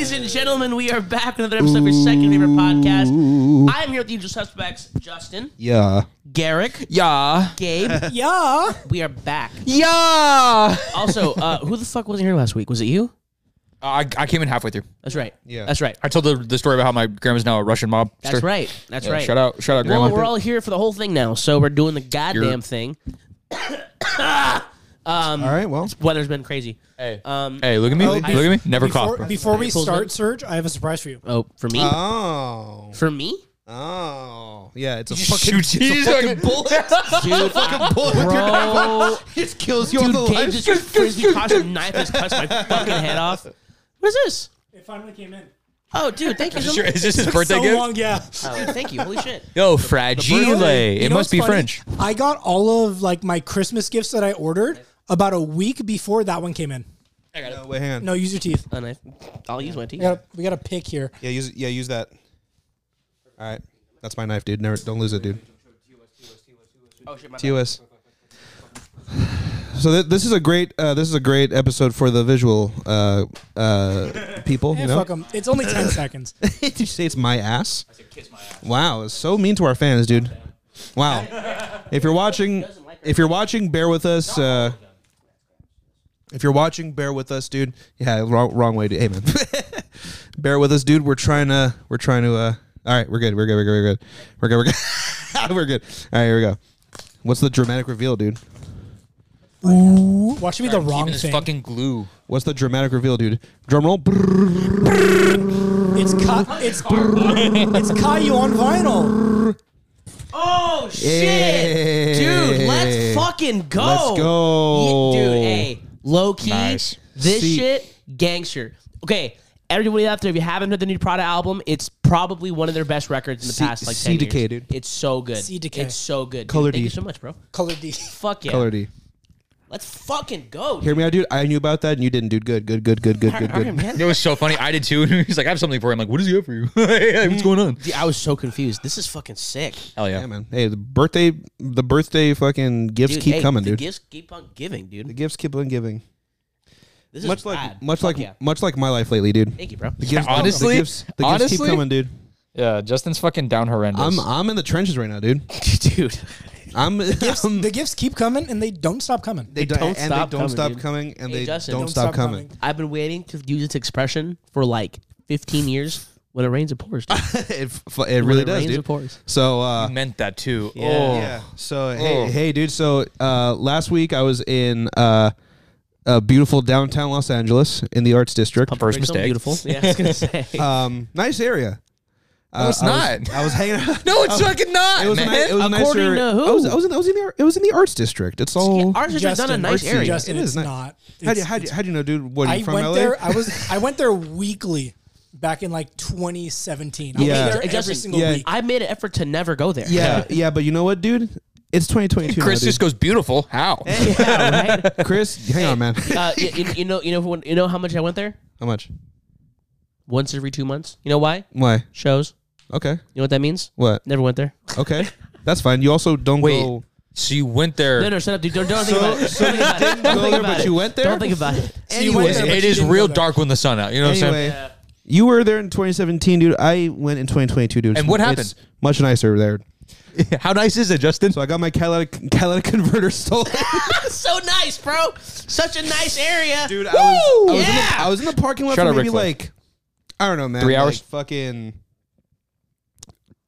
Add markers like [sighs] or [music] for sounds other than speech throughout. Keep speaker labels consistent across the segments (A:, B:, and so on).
A: gentlemen, we are back with another episode of your second favorite podcast. I am here with the usual suspects, Justin,
B: Yeah.
A: Garrick,
C: Yeah. Uh, [laughs]
A: Gabe.
C: Yeah.
A: We are back.
C: Yeah.
A: Also, uh, who the fuck wasn't here last week? Was it you?
C: I, I came in halfway through.
A: That's right.
B: Yeah.
A: That's right.
C: I told the, the story about how my grandma's now a Russian mob.
A: That's right. That's right.
C: Shout out, shout out, grandma.
A: Well, we're all here for the whole thing now, so we're doing the goddamn
C: You're-
A: thing. Um,
B: All right. Well,
A: Weather's been crazy.
C: hey,
A: Um,
C: hey, look at me,
D: Oh,
C: look
D: be-
C: at me. Never
D: before,
C: cough. bro.
D: Before we
A: Cool,
D: start, Serge, I have a surprise for you.
A: Oh, for me?
C: Uh,
B: oh,
A: for me?
B: oh, yeah. It's a
C: You
B: fucking,
C: shoot-
B: it's
C: he's
B: a fucking
C: like-
B: bullet.
A: Dude, [laughs]
B: fucking bullet with your knife.
A: bro. [laughs]
B: It kills you on
A: Dude,
B: the
C: Oh,
A: Gabe
B: live
A: just frisbee caution knife just cuts my fucking head off. What is this?
D: It finally came in.
A: Oh, dude, thank you.
C: Is
A: so
C: this your-
A: much.
C: is this his birthday
D: so
C: gift?
D: long, yeah.
A: Dude, Thank you. Holy shit.
C: Yo, fragile. eh.
D: You
C: It
D: know
C: must
D: what's
C: be
D: funny?
C: French.
D: I got all of like my Christmas gifts that I ordered about a week before that one came in.
B: [laughs] No, wait, hang on.
D: No, use your teeth.
A: A knife. I'll use my teeth.
D: We got a, we got a pick here.
B: Yeah, use yeah, use that. All right, that's my knife, dude. Never, don't lose it, dude.
A: Oh shit, my bad.
B: TOS. So th- this is a great uh, this is a great episode for the visual uh, uh, people. You
D: Eh,
B: know,
D: fuck 'em. It's only 10 seconds.
B: did you say it's my ass? Wow, it's so mean to our fans, dude. Wow. [laughs] If you're watching, if you're watching, bear with us. Uh, if you're watching, bear with us, dude. Yeah, wrong, wrong way, dude. Hey, man. [laughs] bear with us, dude. We're trying to, we're trying to. Uh, all right, we're good. We're good. We're good. We're good. We're good. We're good. [laughs] we're good. All right, here we go. What's the dramatic reveal, dude?
D: Ooh, watch me the wrong
C: Even this
D: thing.
C: fucking glue.
B: What's the dramatic reveal, dude? Drum roll.
D: it's Ka- it's [laughs] it's Caillou on vinyl.
A: Oh shit, dude. Let's
B: Hey.
A: fucking go.
B: Let's go.
A: Ye- dude. Hey, low key.
C: Nice.
A: This
B: See-
A: shit, gangster. Okay, everybody out there, if you haven't heard the new Prada album, it's probably one of their best records in the
B: C-
A: past like ten
B: CDK,
A: years.
B: dude.
A: It's so good.
D: CDK.
A: It's so good. dude.
B: Color
A: Thank
B: D.
A: you so much, bro.
D: Color D.
A: Fuck yeah.
B: Color D.
A: Let's fucking go.
B: Hear me out, dude. I knew about that, and you didn't, dude. Good, good, good, good, good, good,
A: Alright,
B: good.
A: man.
C: It was so funny. I did too. He's like, I have something for you. I'm like, what does he have for you? [laughs] hey, what's going on?
A: Dude, I was so confused. This is fucking sick.
C: Hell yeah.
B: Yeah, man. Hey, the birthday, the birthday fucking gifts
A: Dude,
B: keep
A: hey,
B: coming,
A: the
B: dude.
A: Gifts keep on giving,
B: the
A: dude.
B: gifts keep on giving.
A: This is
B: Much like,
A: rad.
B: much
A: Fuck
B: like,
A: yeah.
B: much like my life lately, dude.
A: Thank you, bro.
B: The gifts,
C: Honestly?
B: the gifts, the gifts keep
C: Honestly?
B: coming, dude.
C: Yeah, Justin's fucking down horrendous.
B: I'm, I'm in the trenches right now, [laughs] dude.
A: dude.
B: I'm. [laughs] I'm-
D: The gifts keep coming and they don't stop coming.
B: they don't,
A: don't
B: and
A: stop
B: they don't
A: coming,
B: stop
A: dude.
B: coming, and
A: Hey,
B: they
A: Justin.
B: don't,
D: Don't
B: stop,
D: stop
B: coming.
A: I've been waiting to use this expression for like 15 years. When it rains, it pours. Dude.
B: [laughs] it, f- it really
A: it
B: does,
A: rains,
B: dude.
A: it pours.
B: So, uh,
C: meant that too. Yeah.
B: Yeah. So hey,
C: Oh.
B: hey, dude. So uh, last week I was in uh, a beautiful downtown Los Angeles in the Arts District.
C: First
A: Something
C: mistake.
A: Beautiful. Yeah, I was gonna say.
B: Um, nice area. Uh,
C: it's
B: I was-
C: not.
B: I was hanging. out.
C: No, it's fucking not.
B: Oh. It was,
C: man. Um,
B: ni- it was
A: According
B: nicer.
A: to who?
B: I was, I was in, I was in the, it was in the arts district. It's
A: Yeah,
B: all.
A: ours is done a nice
D: Justin,
A: area.
D: Justin,
B: It is
D: it's
B: nice.
D: not.
B: How do you,
D: It's-
B: how, do you, how do you know, dude? What are you
D: I
B: from
D: went
B: LA?
D: there. I was. I went there weekly back in like 2017. I
B: Yeah.
D: went there
A: Hey,
D: every
A: Justin,
D: single
B: yeah.
D: week.
A: I made an effort to never go there.
B: [laughs] [laughs] yeah, yeah, but you know what, dude? It's 2022. now,
C: Chris
B: dude.
C: just goes beautiful. How?
A: Yeah,
B: [laughs]
A: right?
B: Chris, hang on, man.
A: Uh, you, you- you know, you know, when- you know how much I went there?
B: How much?
A: Once every two months. You know why?
B: Why?
A: Shows.
B: Okay.
A: You know what that means?
B: What?
A: Never went there.
B: Okay. That's fine. You also don't
C: Wait.
B: go.
C: So you went there.
A: No, no, shut up, dude. Don't, don't think
B: So-
A: about it.
B: so
A: Don't
B: you
A: think about
B: didn't
A: it. Don't
B: go
A: think
B: there,
A: about
B: but
A: it.
B: you went there?
A: Don't think about
B: [laughs]
A: it.
D: So you went
B: Anyway.
D: there, but
C: it
D: you
C: is
D: didn't
C: real
D: go there.
C: dark when the sun out. You know what I'm
B: Anyway,
C: saying?
B: you were there in 2017, dude. I went in 2022, dude.
C: And what
B: It's
C: happened?
B: much nicer there.
C: How nice is it, Justin?
B: So I got my catalytic, catalytic converter [laughs] stolen,
A: so nice, bro. Such a nice area.
B: dude. I was, I, was in
A: Yeah!
B: the, I was in the parking lot
C: Shout
B: for
C: out
B: maybe
C: Ric Flair.
B: like I don't know, man.
C: Three
B: like
C: hours?
B: fucking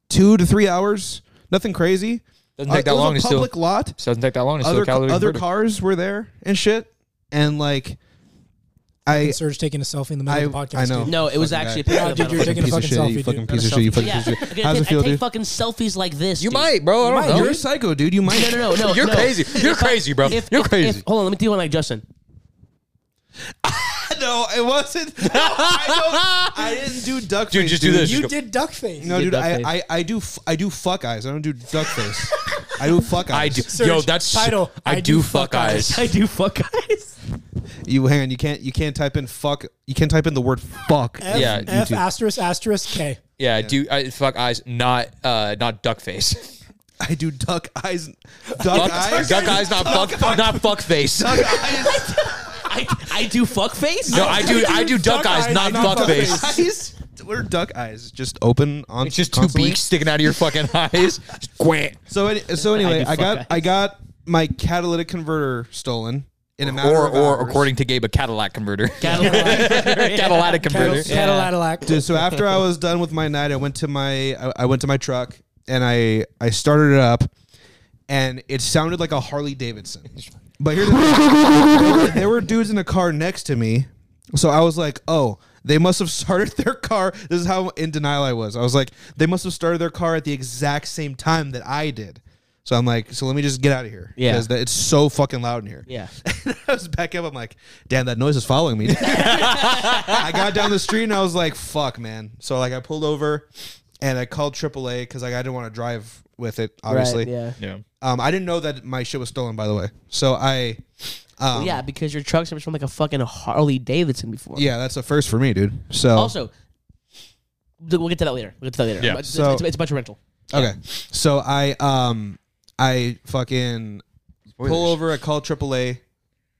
B: two to three hours. Nothing crazy.
C: Doesn't take
B: Uh,
C: that
B: it was
C: long
B: A
C: to
B: public
C: still.
B: lot.
C: Doesn't take that long. It's
B: Other
C: still calorie
B: other
C: converted.
B: cars were there and shit, and like I
D: Serge taking a selfie in the middle
B: I
D: of the podcast.
B: I know.
D: dude.
A: No, it was
B: Fucking
A: actually a picture
B: guy.
D: Yeah,
A: of
D: dude,
A: my
D: you're
A: phone.
D: taking
B: piece
D: a
B: of
D: fucking
B: shit. You
D: selfie,
B: fucking
D: dude.
B: piece of shit. You fucking
A: Yeah,
B: piece
A: I,
B: of shit. How's it
A: take, I
B: feel,
A: take
B: dude?
A: fucking selfies like this.
C: You
A: dude.
C: might, bro. I
D: might.
C: don't know.
B: You're psycho, dude. You might.
A: No, no, no, no.
C: You're
A: no.
C: crazy. You're
A: If I-
C: crazy, bro.
A: if-
C: You're
A: if-
C: crazy.
A: if- hold on, let me do one like Justin.
B: [laughs] No, it wasn't. [laughs] No, I, don't, I didn't do duck
C: Dude,
B: face.
C: just do this.
D: You did duck face.
B: No,
A: did
B: dude,
A: duck
B: I, I,
A: face.
B: I do f- I do fuck eyes. I don't do duck face. I do fuck eyes.
C: I do.
D: Serge,
C: Yo, that's
D: title,
C: I,
D: I
C: do
D: do
C: fuck
D: fuck
C: eyes.
A: I do fuck guys.
B: You hang on. You can't you can't type in fuck. You can't type in the word fuck.
D: F,
C: Yeah,
D: F
B: YouTube.
D: asterisk asterisk K.
C: Yeah, I do I fuck eyes? Not uh, not duck face.
B: I do duck eyes. Duck,
C: Fuck
B: eyes.
C: duck eyes. Not fuck. Not fuck face.
B: Duck eyes.
A: I, I do fuck face.
C: No, I do. I do duck
D: duck
A: [laughs]
C: eyes.
D: eyes,
C: Not
D: not
C: fuck
D: fuck
C: face.
B: Eyes. We're duck eyes, just open on.
C: It's just two
B: constantly.
C: beaks sticking out of your fucking eyes. Just quack.
B: So any, so anyway,
A: do
B: I got
A: fuck
B: I got my catalytic converter stolen in a matter
C: Or,
B: of
C: or
B: hours.
C: according to Gabe, a Cadillac converter. [laughs]
A: Cadillac.
C: Cadillac converter.
D: Cattle- Cadillac.
B: Dude, so after I was done with my night, I went to my I, I went to my truck and I I started it up, and it sounded like a Harley Davidson. But here's the thing. there, were, there were dudes in the car next to me, so I was like, oh. They must have started [laughs] their car. This is how in denial I was. I was like, they must have started their car at the exact same time that I did. So I'm like, so let me just get out of here.
A: Yeah.
B: 'Cause that- it's so fucking loud in here.
A: Yeah.
B: [laughs] I was back up. I'm like, damn, that noise is following me. [laughs] I got down the street and I was like, fuck, man. So like I pulled over and I called AAA because like I didn't want to drive with it. Obviously,
A: Right, yeah.
C: Yeah.
B: Um, I didn't know that my shit was stolen. By the way, so I, um,
A: yeah, because your truck's never from like a fucking Harley Davidson before.
B: yeah, that's a first for me, dude. So
A: Also, th- we'll get to that later. We'll get to that later.
C: Yeah.
A: But It's,
B: So-
A: it's, it's a bunch of rental.
B: okay, so I um, I fucking pull over. I call AAA.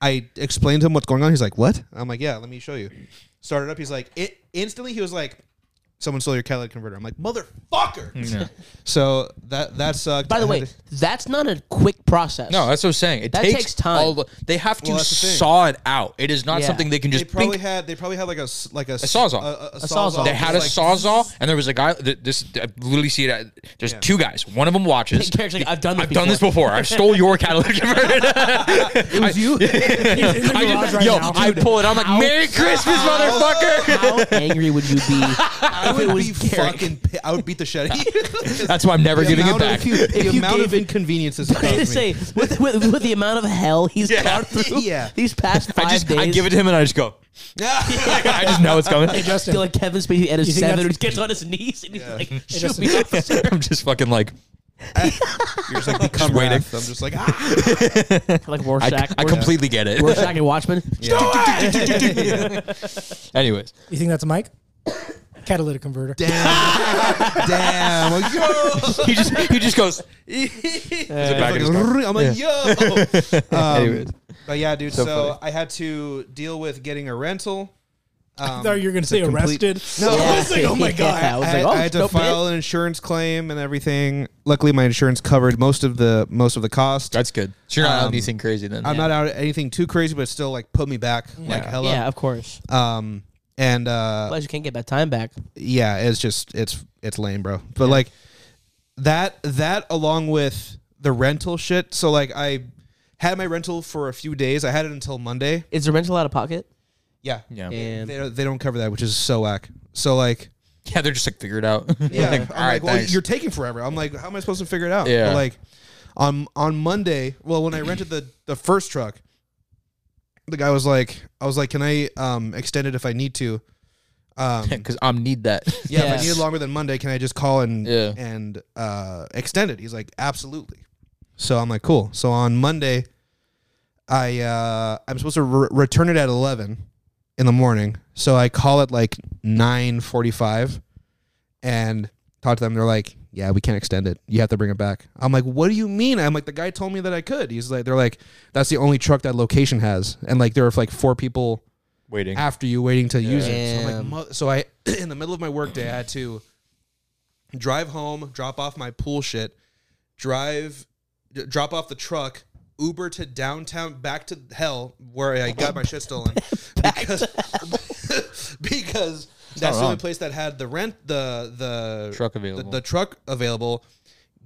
B: I explained to him what's going on. He's like, "What?" I'm like, "Yeah, let me show you." Started up. He's like, "It." Instantly, he was like, "Someone stole your catalytic converter." I'm like, "Motherfucker!"
C: [laughs] Yeah.
B: So that that sucked.
A: By the
B: I
A: way,
B: had to-
A: that's not a quick process.
C: No, that's what I was saying. It
A: That
C: takes,
A: takes time.
C: all the- they have to
B: Well, that's the thing.
C: saw it out. It is not
A: Yeah.
C: something they can
B: they
C: just
B: probably
C: pink.
B: had they probably had like a s- like a, a
C: sawzall.
B: a, a,
A: sawzall.
B: sawzall.
C: They had a
B: Just like-
C: sawzall, and there was a guy. That this I literally see it. at- There's two guys. One of them watches.
A: Derek's like, I've done this
C: I've done this before. [laughs] I stole
A: [laughs]
C: your catalytic converter.
B: It was
C: [laughs]
B: you.
D: He's in the
C: I
D: garage
C: just,
D: right
C: yo,
D: now.
C: I pull it. I'm like, Merry Christmas,
A: [laughs]
C: motherfucker.
A: How angry would you
C: [laughs]
A: be
B: I
A: if it
B: would
A: was
B: be
A: Derek?
B: fucking. pi- I would beat the shit out [laughs] of you.
C: That's why I'm never
B: The
C: giving it
B: amount
C: back.
B: Of, the
A: you
B: amount
A: gave
B: of
A: it-
B: [laughs] inconveniences.
A: I
B: it
A: was gonna
B: caused
A: say
B: me.
A: with, with, with the amount of hell he's
C: [laughs] Yeah.
A: gone through
B: Yeah.
A: these past five
C: I just
A: days.
C: I give it to him, and I just go. I just know it's
A: [laughs]
C: coming. [laughs]
A: I feel like Kevin Spacey at a
D: You think
A: seven,
D: that's-
A: he gets on his knees and he's like, "Shoot [laughs]
D: Justin.
A: me, officer."
C: I'm just fucking like
B: You're just like become
C: waiting.
B: wrath. I'm just like ah.
A: like
C: I,
A: Rorschach.
C: I completely get it. [laughs]
A: Rorschach and Watchmen. [laughs]
C: Anyways,
D: You think that's a mic? Catalytic converter. [laughs]
B: Damn. Damn. Like, [laughs] yo.
C: he just he just goes. back in his car.
B: I'm like, yo. Um,
C: Anyways.
B: But yeah, dude. So,
C: So funny.
B: I had to deal with getting a rental.
D: I thought you were gonna say
B: complete-
D: arrested.
B: [laughs] No.
D: [laughs] I was like, oh my god.
A: Yeah, I was
B: I,
A: like, oh,
B: I had to
A: nope,
B: file
A: man.
B: an insurance claim and everything. Luckily, my insurance covered most of the most of the cost.
C: That's good. So you're not
B: Um,
C: out anything crazy then.
B: I'm not out at anything too crazy, but it still like put me back like hella.
A: Yeah, of course.
B: Um, and uh,
A: Plus, you can't get that time back.
B: yeah, it's just it's it's lame, bro. But like that that along with the rental shit. So like I had my rental for a few days. I had it until Monday.
A: Is the rental out of pocket?
B: Yeah,
C: Yeah. yeah.
A: And
B: They don't, they don't cover that, which is so whack. So
C: [laughs]
B: like.
C: they're just like figured out.
B: [laughs]
C: [laughs]
B: Yeah.
C: Like,
B: I'm
C: all right,
B: like, well,
C: thanks.
B: you're taking forever. I'm like, how am I supposed to figure it out?
C: Yeah.
B: But, like on on Monday, well, when I rented the the first truck, the guy was like, I was like, can I um extend it if I need to? Um, yeah,
C: because I'm need that.
B: if I need it longer than Monday, can I just call and
C: Yeah.
B: and uh extend it? He's like, absolutely. So I'm like, cool. So on Monday, I uh I'm supposed to re- return it at 11 in the morning. So I call it like 9:45 and talk to them. They're like, "Yeah, we can't extend it. You have to bring it back." I'm like, "What do you mean?" I'm like, "The guy told me that I could." He's like, "They're like, that's the only truck that location has, and like there are like four people
C: Waiting.
B: after you [laughs] waiting to use it." So, I'm like,
A: Damn.
B: "Mo-" so I [clears throat] in the middle of my workday, I had to drive home, drop off my pool shit, drive, d- drop off the truck. Uber to downtown, back to hell where I got my shit stolen
C: [laughs]
B: because because [laughs] that's the only
C: wrong.
B: place that had the rent the the
C: Truck
B: the-
C: available.
B: The, truck available.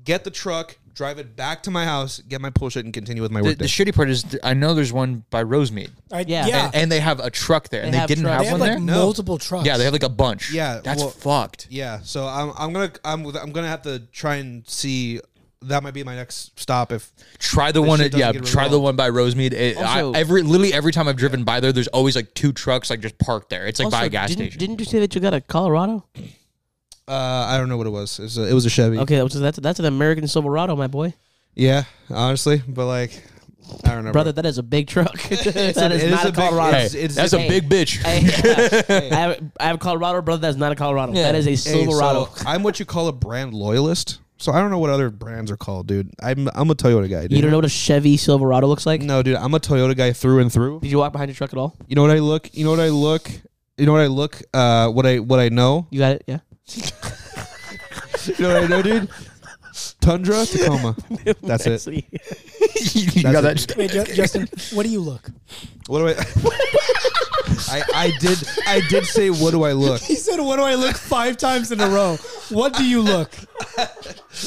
B: Get the truck, drive it back to my house, get my bullshit, and continue with my
C: The,
B: work.
C: the shitty part is th- I know there's one by Rosemead,
D: I,
A: Yeah.
D: yeah.
C: and, and they have a truck there, and
A: They
C: they,
A: have
C: didn't
A: trucks.
C: have
D: they have
C: one
D: like
C: there.
B: No.
D: multiple trucks.
C: Yeah, they have like a bunch.
B: Yeah,
C: that's
B: well-
C: fucked.
B: yeah, so I'm I'm gonna I'm with- I'm gonna have to try and see. That might be my next stop. If
C: Try the one.
B: shit
C: At,
B: doesn't
C: yeah,
B: get
C: try the
B: resolved.
C: one by Rosemead. It- I-
A: Also-
C: every literally every time I've driven by there, there's always like two trucks like just parked there. It's like by
A: Also,
C: a gas
A: didn't,
C: station.
A: Didn't you say that you got a Colorado?
B: uh, I don't know what it was, it was a, it was a Chevy.
A: Okay, that was, that's that's an American Silverado, my boy,
B: Yeah, honestly, but like I don't know,
A: brother. That is a big truck. [laughs] that
B: a-
A: is
B: it is
A: not
B: a
A: a
B: big-
A: Colorado.
C: Hey,
B: It's- it's-
C: that's
A: hey.
C: a big bitch.
A: I, [laughs] I have, I have a Colorado brother. That's not a Colorado. That is a
B: Hey, so
A: Silverado.
B: I'm what you call a brand loyalist. So I don't know what other brands are called, dude. I'm I'm a Toyota guy, dude.
A: you don't know what a Chevy Silverado looks like?
B: no, dude, I'm a Toyota guy through and through.
A: Did you walk behind your truck at all?
B: You know what I look? You know what I look You know what I look? Uh, what I what I know? [laughs]
A: You got it? [laughs] Yeah.
B: You know what I
A: [laughs]
B: know, dude? Tundra, Tacoma. That's it.
C: you got that?
D: Wait, Ju- Justin, what do you look?
B: What do
C: [laughs]
B: I? I, I did I did say what do I look?
D: He said, "What do I look?" Five times in a row. What do
B: [laughs]
D: you look?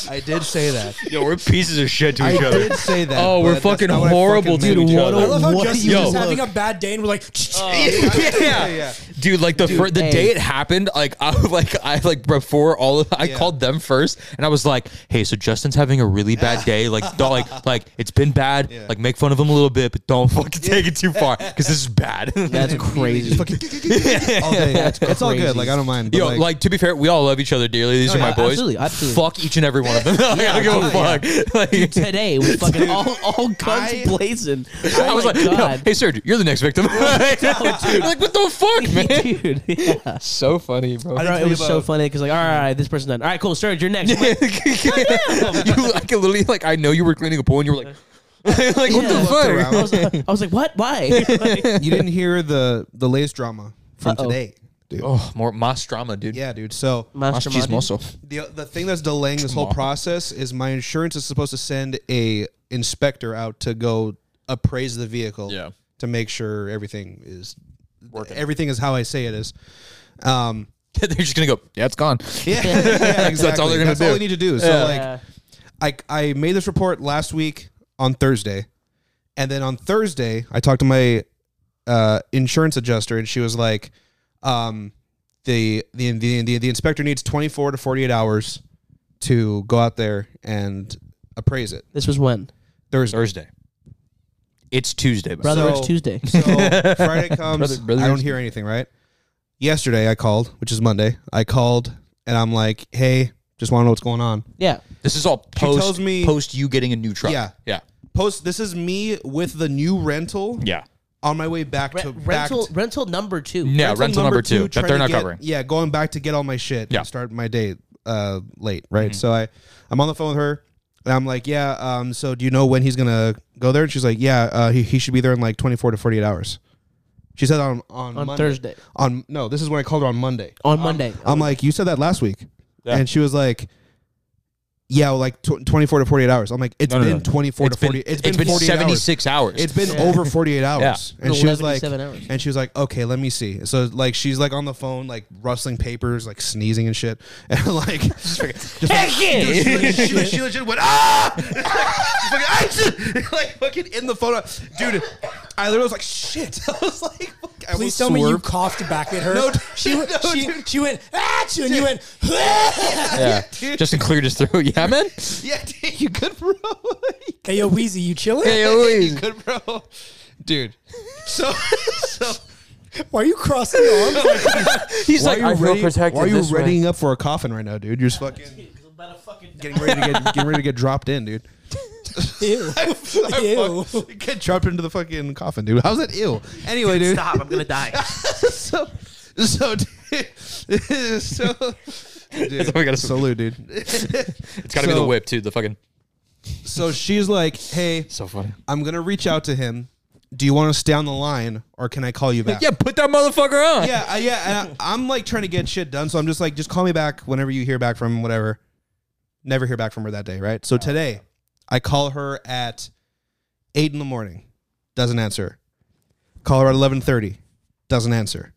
B: I did say that.
C: [laughs] Yo, we're pieces of shit to
B: I
C: each other.
B: did say that.
C: Oh, we're
B: but that's
C: fucking
B: not what I
C: horrible,
B: meant
C: dude.
B: each
C: What
B: other.
C: a-
D: I love how
A: What
D: Justin's
A: do you
D: just
C: look?
D: having a bad day, and we're like,
C: Oh, [laughs] yeah.
B: yeah.
C: dude. Like the fir- the
A: hey.
C: day it happened, like [laughs] I was like I like before all of I
B: Yeah.
C: called them first, and I was like, "Hey, so Justin's having a really bad day. Like, don't like like it's been bad.
B: Yeah.
C: Like, make fun of him a little bit, but don't fucking take it too far because this is bad."
A: [laughs] That's crazy.
B: All day. It's, all
A: crazy.
B: good. Like I don't mind. but,
C: [laughs] Yo, like, to be fair, we all love each other dearly. These
B: Oh,
C: are my
B: yeah.
C: boys.
A: Absolutely, absolutely.
C: Fuck each and every one of them. [laughs] Like, I don't give a fuck. [laughs] Like,
A: Today
B: [laughs]
A: we fucking all all guns
B: I-
A: blazing. Oh
C: I was
A: my
C: like, yo,
A: God.
C: "Hey, Serge, you're the next victim." [laughs] like, what the
A: [laughs]
C: fuck, man?
A: dude.
B: [laughs]
A: Yeah.
C: so funny, bro.
A: I
B: didn't
A: know, it
B: tell you
A: was so
B: about-
A: funny because like, all right, all right, this person's done. All right, cool, Serge, you're next. I'm like,
C: you like literally like I know you were cleaning a pool and you were like like [laughs] what
A: Yeah.
C: the fuck?
A: I was, I was like, what?
B: [laughs]
A: Why? Like,
B: you didn't hear the the latest drama from
A: Uh-oh.
B: today, dude.
C: Oh, more mas drama, dude.
B: Yeah, dude. So
C: Mas
A: Mastermind.
C: chismoso. [laughs]
B: the the thing that's delaying this whole
C: Tomorrow.
B: process is my insurance is supposed to send a inspector out to go appraise the vehicle
C: Yeah.
B: to make sure everything is everything is how I say it is. Um,
C: They're just gonna go. Yeah, it's gone.
B: yeah, [laughs] yeah, exactly.
C: [laughs] That's all they're gonna
B: That's all
C: do.
B: they need to do. So
C: Yeah.
B: like,
A: Yeah.
B: I, I made this report last week on Thursday. And then on Thursday, I talked to my uh, insurance adjuster, and she was like, um, the, the, the, the, the inspector needs 24 to 48 hours to go out there and appraise it.
A: This was when,
B: Thursday.
C: Thursday. It's Tuesday, by
A: brother.
C: the way.
A: it's Tuesday.
B: So
C: [laughs]
B: Friday comes,
C: Brother- brother-
B: I don't hear anything, right? Yesterday, I called, which is Monday. I called, and I'm like, hey, just want to know what's going on.
A: Yeah,
C: This is all post
B: tells me-
C: post you getting a new truck.
B: Yeah.
C: yeah,
B: Post, this is me with the new rental
C: yeah.
B: on my way back
A: Re-
B: to back
A: rental
B: to-
A: rental number two.
C: Yeah, rental, number, two, that
B: trying
C: they're
B: to
C: not
B: get-
C: covering.
B: Yeah, going back to get all my shit.
C: Yeah. Mm-hmm.
B: and start my day uh, late, right? So I, I'm on the phone with her, and I'm like, "Yeah, um, so do you know when he's gonna go there?" And she's like, "Yeah, uh, he, he should be there in like 24 to 48 hours." She said on on,
A: On
B: Monday.
A: Thursday.
B: On no, this is when I called her on Monday.
A: on Monday.
B: I'm like, "You said that last week," and she was like. Yeah, well, like tw- 24 to 48 hours. I'm like, it's
C: No, no,
B: been
C: no.
B: 24
C: It's
B: to 48.
C: been, it's been
B: 48 hours.
C: seventy six hours.
B: It's been over 48 hours. And she was like,
A: 11 hours.
B: and she was like, okay, let me see. So like, she's like on the phone, like rustling papers, like sneezing and shit. [laughs] And I'm like, just like-
A: Heck
B: [laughs]
A: yeah!
B: she, legit- she, she legit went, ah! [laughs] Fucking, "Ah!" [laughs] like fucking in the phone. Dude, I literally was like, shit. [laughs] I was like, fuck, I almost
D: Please tell me you
B: swerved.
D: coughed back at her.
B: No, dude.
D: she went.
B: [laughs] No,
D: she,
B: dude.
D: she went. Ah, and you went. "Ah!"
C: [laughs] yeah.
B: dude.
C: Justin cleared his throat. [laughs]
B: [laughs]
C: Yeah, man.
B: [laughs] Yeah, dude, you good, bro? [laughs]
D: hey, yo, Wheezy, you chilling?
C: Hey, Louise.
B: good, bro? Dude. [laughs] So, so.
D: Why are you crossing your arms? Like,
C: He's like, I feel
B: ready-
C: protected.
B: why are you
C: this way."
B: readying up for a coffin right now, dude? You're just fucking getting ready to get getting ready to get dropped in, dude.
D: ew.
B: [laughs] I
D: Ew.
B: fuck- Get dropped into the fucking coffin, dude. How's that ew? Anyway, dude.
A: Stop! I'm gonna die.
B: [laughs] So, so, dude. [laughs] so, dude.
C: all we gotta-
B: salute, dude.
C: [laughs] It's gotta be the
B: So-
C: whip too. The fucking
B: So she's like, "Hey,
C: so funny.
B: I'm gonna reach out to him. Do you want to stay on the line, or can I
C: [laughs]
B: call you back?"
C: Yeah, put that motherfucker on.
B: yeah, I, yeah. And I, I'm like trying to get shit done, so I'm just like, just call me back whenever you hear back from whatever. Never hear back from her that day, right?
D: Oh.
B: So today, I call her at eight in the morning, doesn't answer. Call her at eleven thirty, doesn't answer.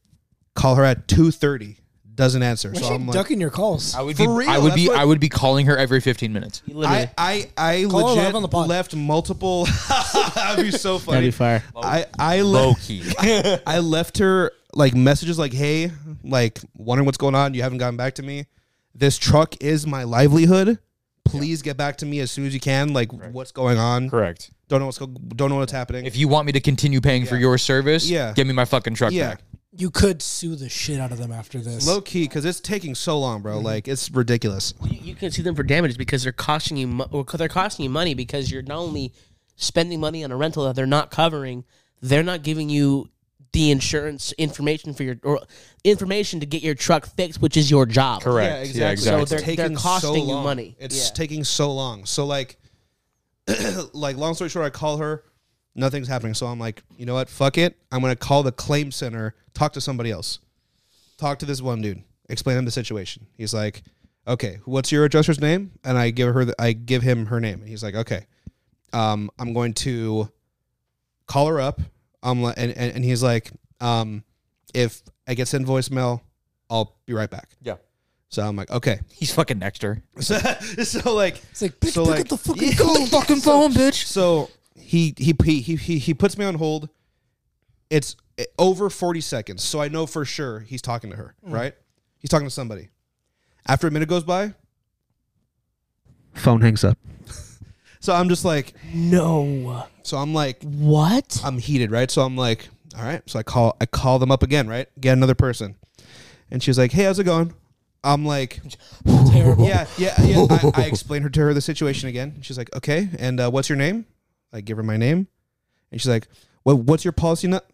B: Call her at two thirty, doesn't answer.
D: Why
B: so
D: she
B: I'm like,
D: ducking your calls.
C: I would
B: For
C: be,
B: real,
C: I would be,
B: that's what-
C: I would be calling her every 15 minutes.
A: Literally,
B: I I I
D: Call her
B: legit
D: live on the pod.
B: left multiple. [laughs] That'd be so funny.
A: that'd be fire.
B: I I left.
C: Low key.
B: [laughs]
C: [laughs]
B: I left her like messages like, "Hey, like wondering what's going on. You haven't gotten back to me. This truck is my livelihood. Please get back to me as soon as you can. Like, what's going on?
C: Correct.
B: Don't know what's go- don't know what's happening.
C: If you want me to continue paying for your service,
B: Yeah.
C: give me my fucking truck
B: yeah,
C: back.
D: you could sue the shit out of them after this.
B: low key because it's taking so long, bro.
C: Mm-hmm.
B: Like, it's ridiculous.
A: You, you can sue them for damages because they're costing you. Mo- or they're costing you money because you're not only spending money on a rental that they're not covering. They're not giving you the insurance information for your or information to get your truck fixed, which is your job.
C: Correct. Yeah,
A: So
C: exactly.
A: they're-
B: It's taking
A: costing
B: so
A: you
B: long.
A: money.
B: It's
A: Yeah.
B: taking so long. So like, [clears throat] like long story short, I call her. Nothing's happening. So I'm like, you know what? Fuck it. I'm gonna call the claim center. Talk to somebody else. talk to this one dude, explain him the situation. He's like, okay, what's your adjuster's name? And I give her, the, I give him her name, and he's like, okay, um, I'm going to call her up. Um, and, and and he's like, um, if I get sent voicemail, I'll be right back.
C: Yeah.
B: So I'm like, okay. [laughs]
C: He's fucking next to her.
B: So, so like,
D: It's like, bitch,
B: So,
D: pick
B: like-
D: up
B: [laughs]
D: the fucking
B: Yeah.
D: phone.
C: Fucking phone, bitch.
B: so he he he he- he he puts me on hold. It's eh, over 40 seconds, so I know for sure he's talking to her,
D: Mm.
B: right? He's talking to somebody. After a minute goes by, phone hangs up. [laughs] so I'm just like,
A: No.
B: so I'm like,
A: What?
B: I'm heated, right? So I'm like, all right. So I call I call them up again, right? Get another person, and she's like, hey, how's it going? I'm like,
D: Terrible.
B: yeah, yeah, yeah. I,
C: [laughs]
B: I explained her to her the situation again. And She's like, okay, and uh, what's your name? I give her my name, and she's like, well, what's your policy? Nut?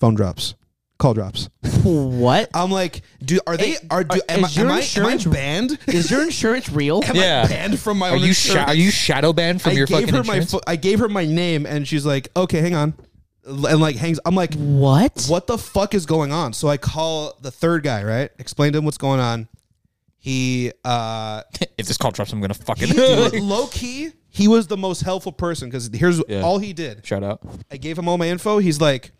B: Phone drops, call drops. [laughs]
A: What?
B: I'm like, do are they
A: Hey,
B: are do
A: are-
B: am, I,
A: is your
B: am, I, am I
A: insurance-
B: banned?
A: [laughs] Is your insurance real?
B: [laughs] Am
C: Yeah.
B: I banned from my
C: Are
B: own
C: you sh-
B: insurance?
C: are you shadow banned from
B: I
C: your
B: gave
C: fucking
B: her
C: insurance?
B: my fo- I gave her my name, and she's like, okay, hang on, and like hangs. I'm like,
A: What?
B: what the fuck is going on? So I call the third guy, right? Explain to him what's going on. He uh
C: if this call drops, I'm
B: [laughs]
C: gonna fucking [laughs]
B: low key, he was the most helpful person because here's
C: Yeah.
B: all he did.
C: shout out.
B: I gave him all my info. He's like,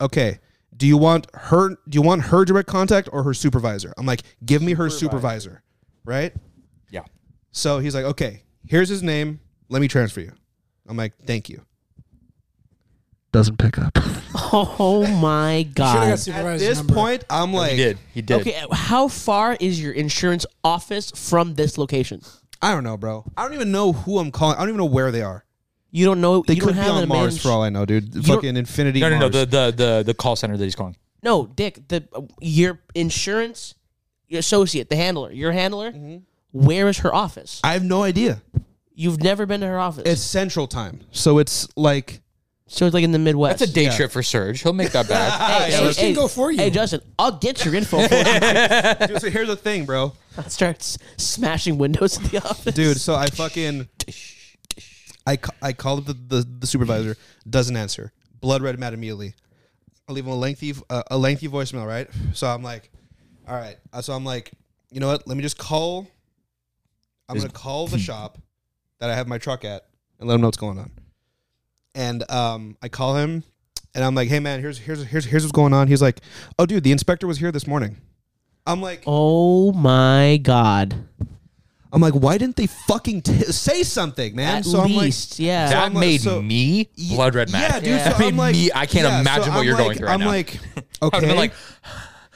B: "Okay, do you want her? Do you want her direct contact or her supervisor?" I'm like, "Give me her supervisor, right?"
C: Yeah.
B: So he's like, "Okay, here's his name. Let me transfer you." I'm like, "Thank you." Doesn't pick up.
A: [laughs] Oh my
D: Should've got
A: god.
B: At
D: supervisor's
B: this
D: number.
B: point, I'm like,
C: He did. He did.
A: Okay, how far is your insurance office from this location?
B: "I don't know, bro. I don't even know who I'm calling. I don't even know where they are.
A: You don't know.
B: They
A: you
B: could
A: don't
B: be
A: have
B: on
A: an
B: Mars
A: manage-
B: for all I know, dude.
A: don't-
B: Fucking infinity.
C: No, no, no.
B: Mars.
C: The, the the the call center that he's calling.
A: No, Dick. The your insurance your associate, the handler, your handler.
B: Mm-hmm.
A: where is her office?
B: I have no idea.
A: You've never been to her office.
B: It's Central Time, so it's like
A: so it's like in the Midwest.
C: That's a day trip for Serge.
B: [laughs]
C: He'll make that back.
A: Hey, hey,
D: she can
A: hey,
D: go for you.
A: Hey, Justin, I'll get your info. for you. [laughs]
B: dude, so here's the thing, bro.
A: Starts smashing windows in the office,
B: Dude, so I fucking I ca- I call up the, the, the supervisor, doesn't answer. Blood red mad immediately. I leave him a lengthy uh, a lengthy voicemail, right? So I'm like, all right. Uh, So I'm like, you know what? Let me just call. I'm gonna call the shop that I have my truck at and let him know what's going on. And um, I call him, and I'm like, hey man, here's here's here's here's what's going on. He's like, oh dude, the inspector was here this morning. I'm like,
A: Oh my god!
B: I'm like, why didn't they fucking t- say something, man?
A: At
B: so
A: least, yeah.
B: so
C: that
B: I'm like-
C: made
B: so-
C: me
B: I'm like,
C: blood red mad.
B: Yeah, dude.
A: Yeah.
B: So
C: That made
B: I'm like,
C: me. I can't
B: yeah, so
C: imagine what
B: I'm
C: you're
B: like-
C: going through right
B: I'm
C: now. [laughs]
B: like,
C: I would've
B: okay.
C: been like,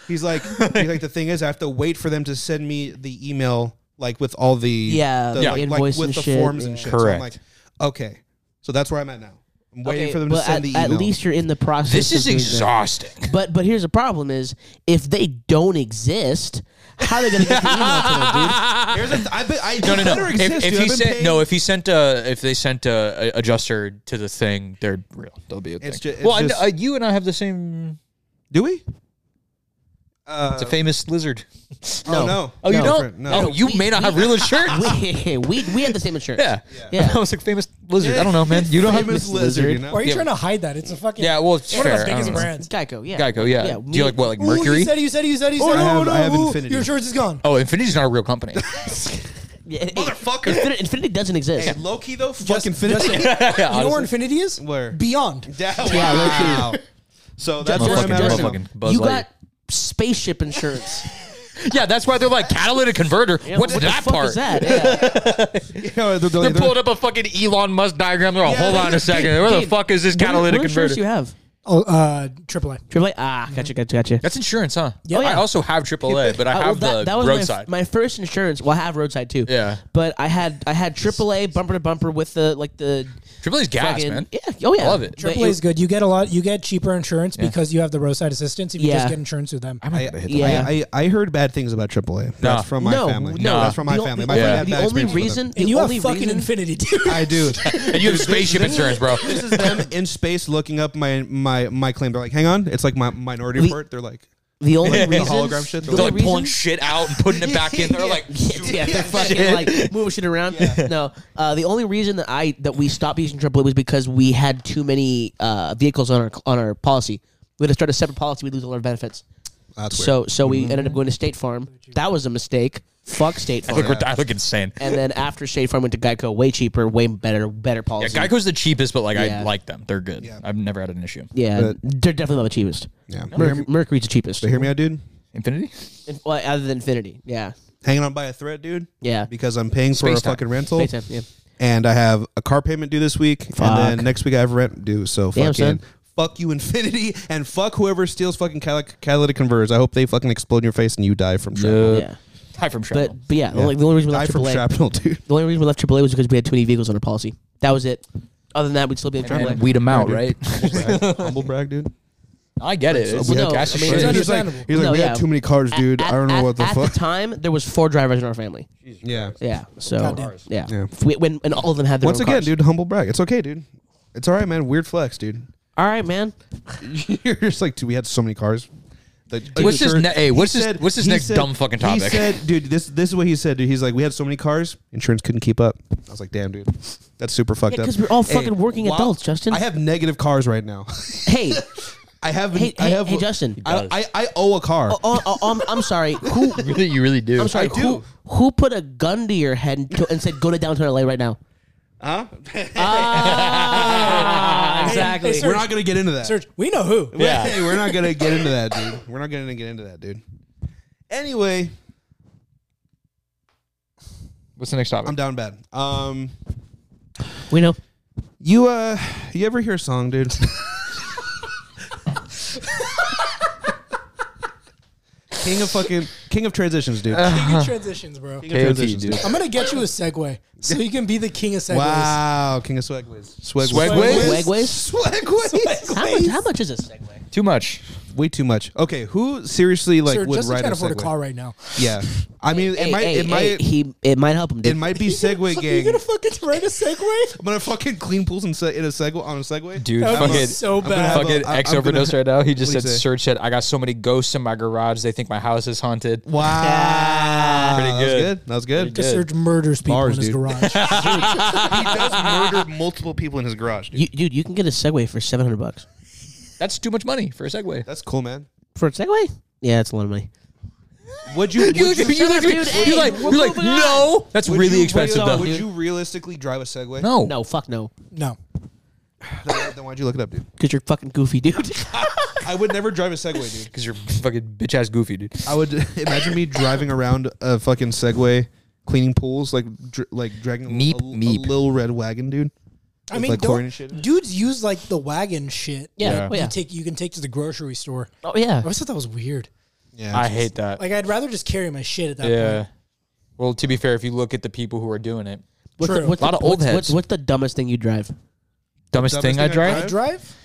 B: he's
C: [laughs]
B: like, he's like, the thing is, I have to wait for them to send me the email, like with all the
A: Yeah,
B: the,
A: Yeah.
B: like, like,
A: invoice
B: with
A: and
B: the
A: shit,
B: forms and
A: yeah.
B: shit.
C: Correct.
B: So I'm like, okay, so that's where I'm at now. I'm waiting
A: Okay,
B: for them to
A: but
B: send
A: at,
B: the
A: at
B: email.
A: least you're in the process.
C: this
A: of
C: is
A: doing that.
B: [laughs]
C: exhausting.
A: But but here's the problem: is if they don't exist, how are they gonna get the email to them, dude?
B: Here's the th- I've been, I
C: No, no, no. If,
B: Exist, dude.
C: if he
B: I've been
C: sent
B: paying-
C: no, if he sent uh, if they sent uh, a adjuster to the thing, they're real. They'll be a thing.
B: It's ju- it's
C: well, I kn-
B: just-
C: uh, you and I have the same.
B: do we? Uh,
C: It's a famous lizard.
B: oh no!
C: Oh, you
B: No.
C: don't?
B: No.
C: Oh, you
A: We-
C: may not
A: [laughs]
C: have real insurance.
A: we, [laughs]
B: [laughs]
A: we we had the same insurance.
C: yeah.
A: Yeah.
C: I was like famous lizard. I don't know, man. You don't have
B: famous lizard. You know?
D: Why are you
C: Yeah.
D: trying to hide that? It's a fucking
C: Yeah, well, it's
D: one
C: fair.
D: of the
C: I
D: biggest
C: don't know.
D: brands.
A: Geico. Yeah.
C: [laughs] Geico. Yeah.
A: Yeah,
C: Do you like what, like
D: Ooh, you
C: Mercury?
D: said, you said, you said, you
B: I
D: said. no,
B: have-
D: no,
B: Oh, I have
D: ooh,
B: Infinity.
D: Your insurance is gone.
C: Oh, Infinity's not a real company.
B: [laughs]
C: [laughs]
A: Yeah, it- it-
B: Motherfucker.
A: Infinity, Infinity doesn't exist.
B: Hey, low key though,
D: Just-
B: fucking finish.
D: Justin, you know where Infinity
A: [laughs]
D: is?
B: Where?
D: Beyond.
B: Yeah,
A: Yeah,
B: wow. So that's
A: Justin,
B: where I'm at right
A: Justin,
B: now. [laughs]
C: Motherfucking Buzz
A: you
C: Lightyear.
A: got spaceship
C: [laughs]
A: insurance.
C: yeah, that's why they're like catalytic converter. What's
A: what the
C: that
A: fuck
C: part?
A: Is
C: [laughs]
A: that? Yeah.
B: You know, they're-
C: They
B: they're-
C: pulled up a fucking Elon Musk diagram. They're all, hold on a second. Where the
A: Dude,
C: fuck is this
A: what-
C: catalytic
A: what insurance
C: converter? Mm-hmm.
A: do you have?
D: Oh, uh, AAA.
A: Triple A. Ah, gotcha, gotcha, gotcha.
C: That's insurance, huh?
A: Yeah. Oh, yeah.
C: I also have AAA, but I
A: Uh, well,
C: have the
A: that, that was
C: roadside.
A: My, my first insurance. Well, I have roadside too.
C: Yeah.
A: But I had I had AAA bumper to bumper with the like the
C: AAA's gas,
A: fucking-
C: man.
A: yeah oh yeah
C: Love it.
A: But
D: AAA is good. You get a lot. You get cheaper insurance because you have the roadside assistance. If you
A: Yeah.
D: just get insurance with them,
C: might have hit
A: yeah.
B: I, I I heard bad things about AAA. That's from my
A: no,
B: family.
A: No,
B: that's from my
A: the o-
B: family.
A: the
B: My
A: only-
B: family had
A: the
B: bad
A: only
B: experience with
A: reason,
D: and
A: the
D: you have
A: only
D: fucking
A: reason-
D: Infinity, dude.
B: them.
A: [laughs]
B: I do.
C: And you have spaceship insurance, bro.
B: this is them in space looking up my my my claim. They're like, hang on, it's like my minority
A: We-
B: report. They're like,
A: The only
B: The
A: reason,
B: hologram shit,
A: The
B: they're
C: They're
A: only
C: like pulling
A: reason-
C: shit out and putting it back in. They're like,
A: [laughs]
B: [laughs]
A: yeah, they're fucking like moving shit around. No, uh, the only reason that I that we stopped using AAA was because we had too many uh, vehicles on our on our policy. We had to start a separate policy. We would lose all our benefits.
B: "Oh, That's weird.
A: So so we ended up going to State Farm. That was a mistake. Fuck State
C: I look,
A: Farm.
C: rid- I look insane.
A: and then after State Farm went to Geico, way cheaper, way better, better
C: Yeah,
A: policy.
C: Geico's the cheapest, but like I
A: Yeah.
C: like them. They're good. I've never had an issue.
A: Yeah, they're definitely not the cheapest.
B: yeah.
A: Mer- Mercury's the cheapest.
B: But hear me out, dude.
C: Infinity. [laughs]
A: In- well, other than Infinity, yeah,
B: Hanging on by a thread, dude.
A: Yeah.
B: Because I'm paying for
C: Space
B: a
C: time.
B: fucking rental.
A: Space time, yeah.
B: And I have a car payment due this week. And
A: Fuck.
B: then next week I have rent due. So
A: Damn, son.
B: fucking fuck you, [laughs] Infinity, and fuck whoever steals fucking Cal- catalytic converters. I hope they fucking explode in your face and you die from shrapnel.
A: yeah.
C: Hi from Shrapnel.
A: But but yeah, the only the only reason we
B: Die
A: left
B: Uh, from
A: AAA,
B: shrapnel, dude.
A: the only reason we left AAA was because we had too many vehicles on our policy. That was it. Other than that, we'd still be in AAA.
C: And weed them out, right?
B: [laughs] Humble brag,
C: [laughs]
B: dude.
C: I get it. It's
A: Well, no,
C: cash
A: I
C: is
A: mean,
C: shit.
A: it's
B: He's like,
D: understandable.
B: he's like
A: No,
B: we
A: yeah.
B: had too many cars, dude.
A: At-
B: I don't know
A: at-
B: what the
A: at
B: fuck.
A: the time there was four drivers in our family.
B: yeah.
A: Yeah, so
D: Goddamn.
A: yeah,
B: Yeah.
A: If we- when and all of them had their
B: Once
A: own
B: again,
A: cars.
B: dude, humble brag. It's okay, dude. It's all right, man. Weird flex, dude.
A: All right, man.
B: [laughs] You're just like, dude, we had so many cars. The-
C: What's
B: the
C: his
B: shirt-
C: ne- hey,
B: he
C: what's his- what's his
B: he
C: next dumb fucking
B: He
C: topic?
B: said, dude, this this is what he said, dude. He's like, we had so many cars, insurance couldn't keep up. I was like, damn, dude, that's super fucked
A: Yeah,
B: up.
A: 'cause we're all fucking working adults, Justin.
B: I [laughs] have negative cars right now. [laughs]
A: Hey,
B: I have,
A: Hey,
B: I
A: hey,
B: have,
A: hey, Justin.
B: I, I, I owe a car.
A: [laughs] oh, oh, oh, I'm, I'm sorry. Who?
C: Really, you really do.
A: I'm sorry.
B: I do.
A: Who, who put a gun to your head and, to, and said, "Go to downtown LA right now"?
B: Huh?
A: Ah,
D: exactly.
A: exactly.
D: Hey,
B: We're not gonna get into that.
D: Serge, we know who.
C: Yeah.
B: [laughs] Hey, we're not gonna get into
A: [laughs]
B: that, dude. We're not gonna get into that, dude. Anyway,
C: What's the next topic?
B: I'm down bad. Um,
A: We know.
B: you uh, you ever hear a song,
C: [laughs]
B: dude? King of fucking King of transitions, dude.
C: Uh,
D: King of transitions, bro.
B: King of transitions,
C: dude.
B: dude.
D: I'm gonna get you a segue so you can be the king of segues. [laughs]
B: Wow, King of Swagways.
C: Swagways?
A: Swagways?
B: Swagways.
A: How much, how much is a segue?
C: Too much.
B: Way too much. Okay, who seriously like
D: Sir,
B: would
D: Justin
B: ride
D: can't
B: a
D: afford a
B: Segway?
D: car right now.
B: Yeah, I mean
A: Hey,
B: it might
A: hey,
B: it might
A: hey, he it might help him. Dude.
B: it might be Segway
D: Are you
B: gang.
D: gonna fucking ride a segue?
B: I'm gonna fucking clean pools in, se- in a Segway on a Segway,
C: Dude,
D: That would be
C: fucking-
D: so
B: gonna
D: bad.
B: have
C: Fucking
B: a- I-
C: ex
B: I'm gonna-
C: overdose right now. He just
B: What
C: said,
B: do you say?
C: Search said, I got so many ghosts in my garage. They think my house is haunted.
B: Wow,
C: Pretty
B: That was
C: good.
B: good. That was good.
D: Because Serge murders people
B: Bars,
D: in his
B: dude.
D: garage.
B: he does murder multiple people in his garage, dude.
A: You, dude, you can get a segue for seven hundred bucks
C: That's too much money for a Segway.
B: That's cool, man.
A: for a segue. Yeah, that's a lot of money.
B: Would [laughs] you? Would
C: You,
B: you,
C: you,
A: up,
C: like,
A: dude. Hey,
C: you like,
A: we're
C: you're like,
A: moving on.
C: no. That's
B: would
C: really
B: you
C: expensive,
B: real-
C: though.
B: Would you realistically drive a Segway?
C: no.
A: No, fuck no,
D: No.
B: Then why- then why'd you look it up, dude?
A: because you're fucking goofy, dude.
B: I would never drive a Segway, dude.
C: Because you're fucking bitch ass goofy, dude.
B: I would [laughs] imagine me driving around a fucking Segway, cleaning pools, like dr- like dragging a-
C: Meep,
B: a,
C: meep.
B: a little red wagon, dude.
D: I
B: With,
D: mean,
B: like
D: don't-
B: corn and shit. in it.
D: dudes use like the wagon shit.
A: Yeah,
D: that
A: Yeah. oh, yeah.
D: You take you can take to the grocery store. I
A: oh yeah.
D: always thought that was weird.
B: Yeah,
C: I hate that.
D: Like I'd rather just carry my shit at that
C: Yeah. Well, to be fair, if you look at the people who are doing it,
A: What's
D: True.
A: The, what's
C: Lot
A: the,
C: of old
A: what's,
C: heads.
A: What's, what's the dumbest thing you drive?
C: dumbest,
B: Dumbest
C: thing, I
B: thing I
C: drive
D: point. Drive?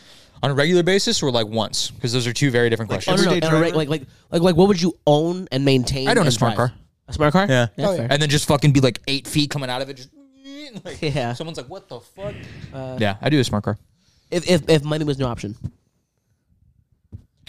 C: on a regular basis or like once? Because those are two very different
A: Oh,
C: questions.
A: no, no,
B: Everyday
A: and a re-
B: driver?
A: like, like, like, like, what would you own and maintain?
C: I'd own a
A: and
C: smart
A: drive?
C: car.
A: A smart car?
C: Yeah.
A: yeah,
D: Oh, yeah.
A: fair.
C: and then just fucking be like eight feet coming out of it. Just [laughs] like,
A: Yeah. Uh,
C: Someone's like, "What the fuck?" yeah, I do a smart car.
A: If, if if money was no option,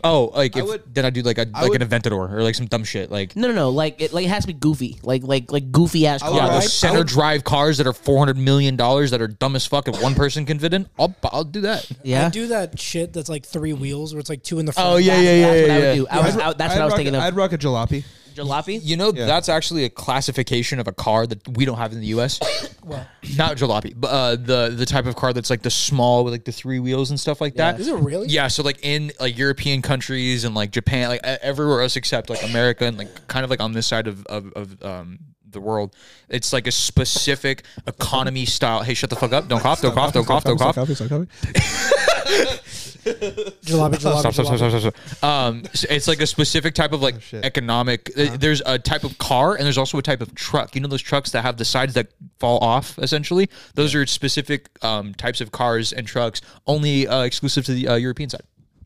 C: Oh, like if,
B: would-
C: then I do like a like
B: would-
C: an Aventador or like some dumb shit. Like
A: no, no, no. Like it, like it has to be goofy. Like like like goofy ass
B: would
C: yeah,
B: ride-
A: car.
C: those center drive cars that are four hundred million dollars that are dumb as fuck and one person can fit in. I'll I'll do that.
A: Yeah.
D: I do that shit that's like three wheels where it's like two in the front.
C: Oh yeah,
A: That-
C: yeah, yeah,
A: that's
C: yeah.
A: what I
C: yeah.
A: would do. I was, I, that's what I was
B: rock,
A: thinking of.
B: I'd rock a jalopy.
A: Jalopy.
C: You know, that's actually a classification of a car that we don't have in the U.S.
D: [coughs]
C: Not jalopy, but uh, the the type of car that's like the small with like the three wheels and stuff like that.
D: Is it really?
C: Yeah, so like in like European countries and like Japan, like e- everywhere else except like America and like kind of like on this side of of, of um the world, it's like a specific economy style. Hey, shut the fuck up! Don't cough! Don't cough! Don't cough! Don't cough!
B: Stop, stop, stop.
D: Jalopy, jalopy,
C: Stop, stop, stop,
D: jalopy.
C: stop, stop, stop. Um, so it's like a specific type of like
B: Oh,
C: economic.
B: Uh-huh.
C: th- There's a type of car, and there's also a type of truck. You know those trucks that have the sides that fall off. Essentially, those are specific um, types of cars and trucks, only uh, exclusive to the uh, European side.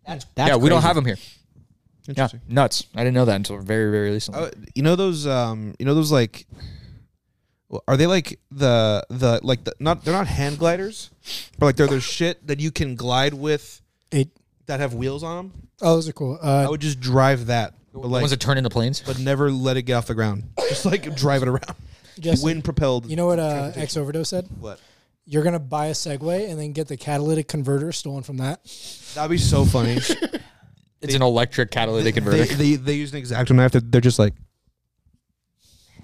A: That's
C: yeah, we don't
A: crazy.
C: have them here. Yeah,
B: Interesting.
C: nuts. I didn't know that until very, very recently.
B: Uh, you know those um you know those like well, are they like the the like the not they're not hand gliders but like they're the shit that you can glide with
D: Eight.
B: that have wheels on them
D: Oh, those are cool.
B: i
D: Uh,
B: would just drive that but
C: the
B: like
C: ones that turn into planes.
B: but never let it get off the ground [laughs] just like drive it around
D: Justin,
B: wind propelled
D: you know what uh, X Overdose said?
B: what
D: You're gonna buy a Segway and then get the catalytic converter stolen from that. [laughs]
B: that'd be so funny
C: It's an electric catalytic
B: They,
C: converter.
B: they they use an exacto knife. They're, they're just like.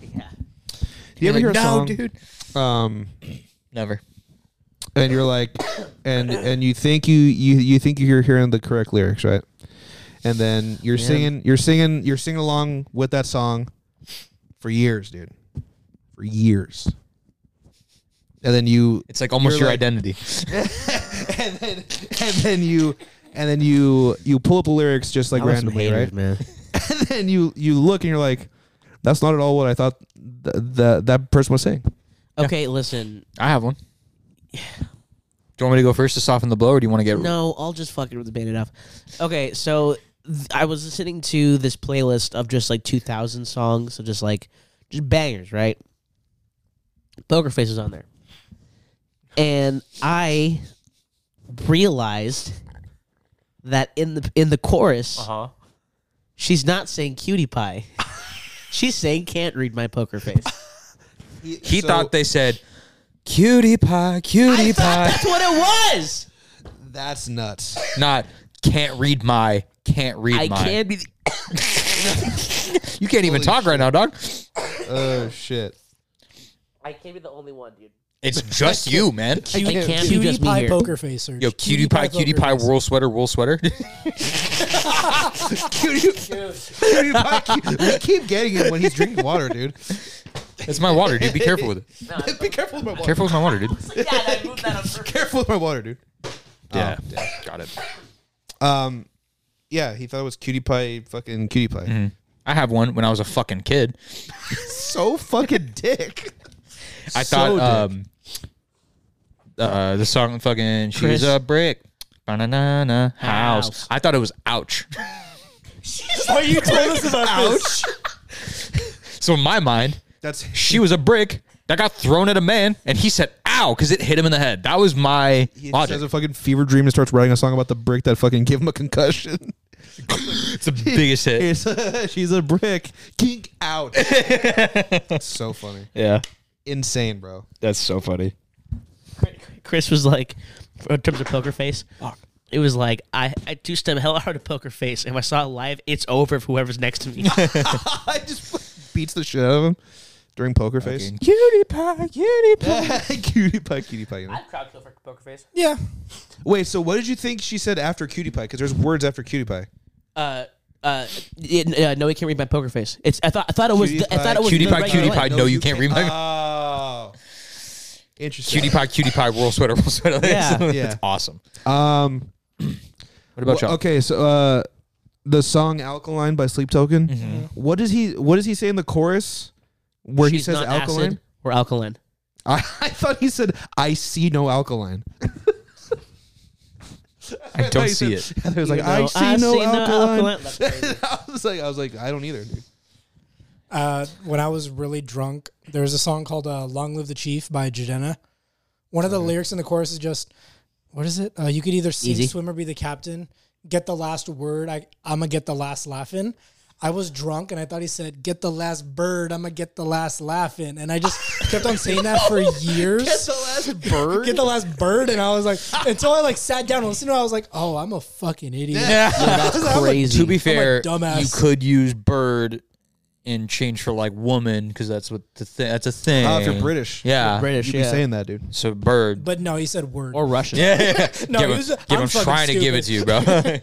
B: Do you ever hear
C: You're like,
B: a
C: no,
B: song?
C: dude.
B: Um,
C: Never.
B: and you're like, and and you think you you you think you're hearing the correct lyrics, right? And then you're singing, you're singing, you're singing along with that song for years, dude, for years. And then you,
C: It's like almost
B: You're like- [laughs]
C: your identity.
B: and then and then you, and then you you pull up the lyrics just like
A: I want some
B: randomly,
A: haters,
B: right?
A: man.
B: [laughs] and then you you look and you're like, that's not at all what I thought th- th- that person was saying.
A: Okay, listen.
C: I have one. Do you want me to go first to soften the blow, or do you want to get?
A: No, I'll just fuck it with the band off. Okay, so th- I was listening to this playlist of just like 2000 songs, so just like just bangers, right? Poker Face was on there. And I realized that in the in the chorus,
C: Uh-huh.
A: she's not saying cutie
C: [laughs]
A: pie. she's saying can't read my poker face.
C: He thought they said, "Cutie pie, cutie pie,"
A: That's what it was.
B: that's nuts.
C: [laughs] not "Can't read my, can't read
A: I
C: my."
A: can't be
C: You can't even talk right now, dog.
B: oh shit.
A: I can't be the only one, [laughs] dude.
C: It's just you, man.
A: I can't, be
D: Cutie
A: just me
D: pie
A: here.
D: poker face. Or
C: Yo, cutie pie, cutie pie,
D: poker face.
C: wool sweater, wool sweater. [laughs]
B: Cutie, cutie pie. keep- We keep getting it when he's drinking water, dude.
C: It's my water, dude. Be careful with
B: [laughs]
C: it.
B: Be careful with my water.
C: Careful with my water, dude.
B: Careful with my water, dude.
C: Yeah, Oh, got it.
B: Um, yeah, he thought it was cutie pie. Fucking cutie pie.
C: I have one. When I was a fucking kid,
B: So fucking [laughs] dick.
C: I
B: So
C: thought
B: dick.
C: um, uh, the song fucking
A: Chris.
C: "She's a Brick." Banana house.
A: House.
C: I thought it was ouch. [laughs]
D: Wait, you told us about this.
C: So in my mind,
B: That's [laughs]
C: she was a brick that got thrown at a man, and he said "ow" because it hit him in the head. That was my
B: he just
C: logic.
B: has a fucking fever dream and starts writing a song about the brick that fucking gave him a [laughs] concussion.
C: it's the
B: [laughs]
C: biggest hit.
B: It's- she's a brick. Geek out. That's [laughs] so funny.
C: Yeah,
B: Insane, bro. [laughs]
C: that's so funny.
A: Chris was like, in terms of poker face, it was like I, I two stem hella hard to poker face, and if I saw it live, it's over for whoever's next to me.
B: I just [laughs] fucking beats the shit out of him during poker face.
C: Cutie pie, cutie pie.
B: [laughs] cutie pie, cutie pie. You know?
A: [laughs] crowd kill for poker face.
D: Yeah.
B: Wait, so what did you think she said after cutie pie? Because there's words after cutie pie.
A: Uh, uh, it, uh, no, he can't read my poker face. It's I thought I thought it was
B: Cutie
A: the, I thought it was
C: cutie
A: the
C: pie,
A: regular
C: cutie pie.
A: one.
C: No, you can't read my
B: Oh, interesting.
C: cutie pie, cutie pie. Roll sweater, roll sweater.
A: Yeah.
C: [laughs] that's
B: Yeah.
C: awesome.
B: Um.
C: What about
B: wh-
C: y'all?
B: okay, so uh, the song "Alkaline" by Sleep Token.
C: Mm-hmm.
B: What does he? What does he say in the chorus? Where
A: Mm-hmm.
B: he
A: She's
B: says
A: not
B: alkaline?
A: acid or alkaline.
B: I, [laughs] I thought he said, "I see no alkaline."
C: I
B: thought
C: don't
B: he [laughs]
C: see it.
B: said- I was like,
A: You know,
B: "I see no [laughs] alkaline."
A: That's crazy.
B: I was like, I was like, I don't either, dude.
D: Uh, when I was really drunk, there was a song called uh, "Long Live the Chief" by Jadena. One of the lyrics in the chorus is just, "What is it? Uh, you could either sink,
A: Easy.
D: swim, or be the captain. Get the last word. I, I'm gonna get the last laugh in." I was drunk and I thought he said, "Get the last bird. I'm gonna get the last laugh in," and I just kept on saying that
A: [laughs]
D: for years. Get the last bird. get the last bird, and I was like, until I like sat down and listened to it, I was like, "Oh, I'm a fucking idiot."
C: [laughs] To be fair,
D: dumbass.
C: you could use bird and change for like woman because that's what the thing. That's a thing.
B: Ah, if you're British.
C: yeah,
A: British,
B: You'd be
A: yeah.
B: saying that, dude. [laughs]
C: So bird. [laughs]
D: But no, he said word.
A: or Russian.
C: yeah,
D: No,
C: give him,
D: it was-
C: give
D: I'm
C: him
D: fucking
C: trying to give it to you, bro. [laughs]
D: I,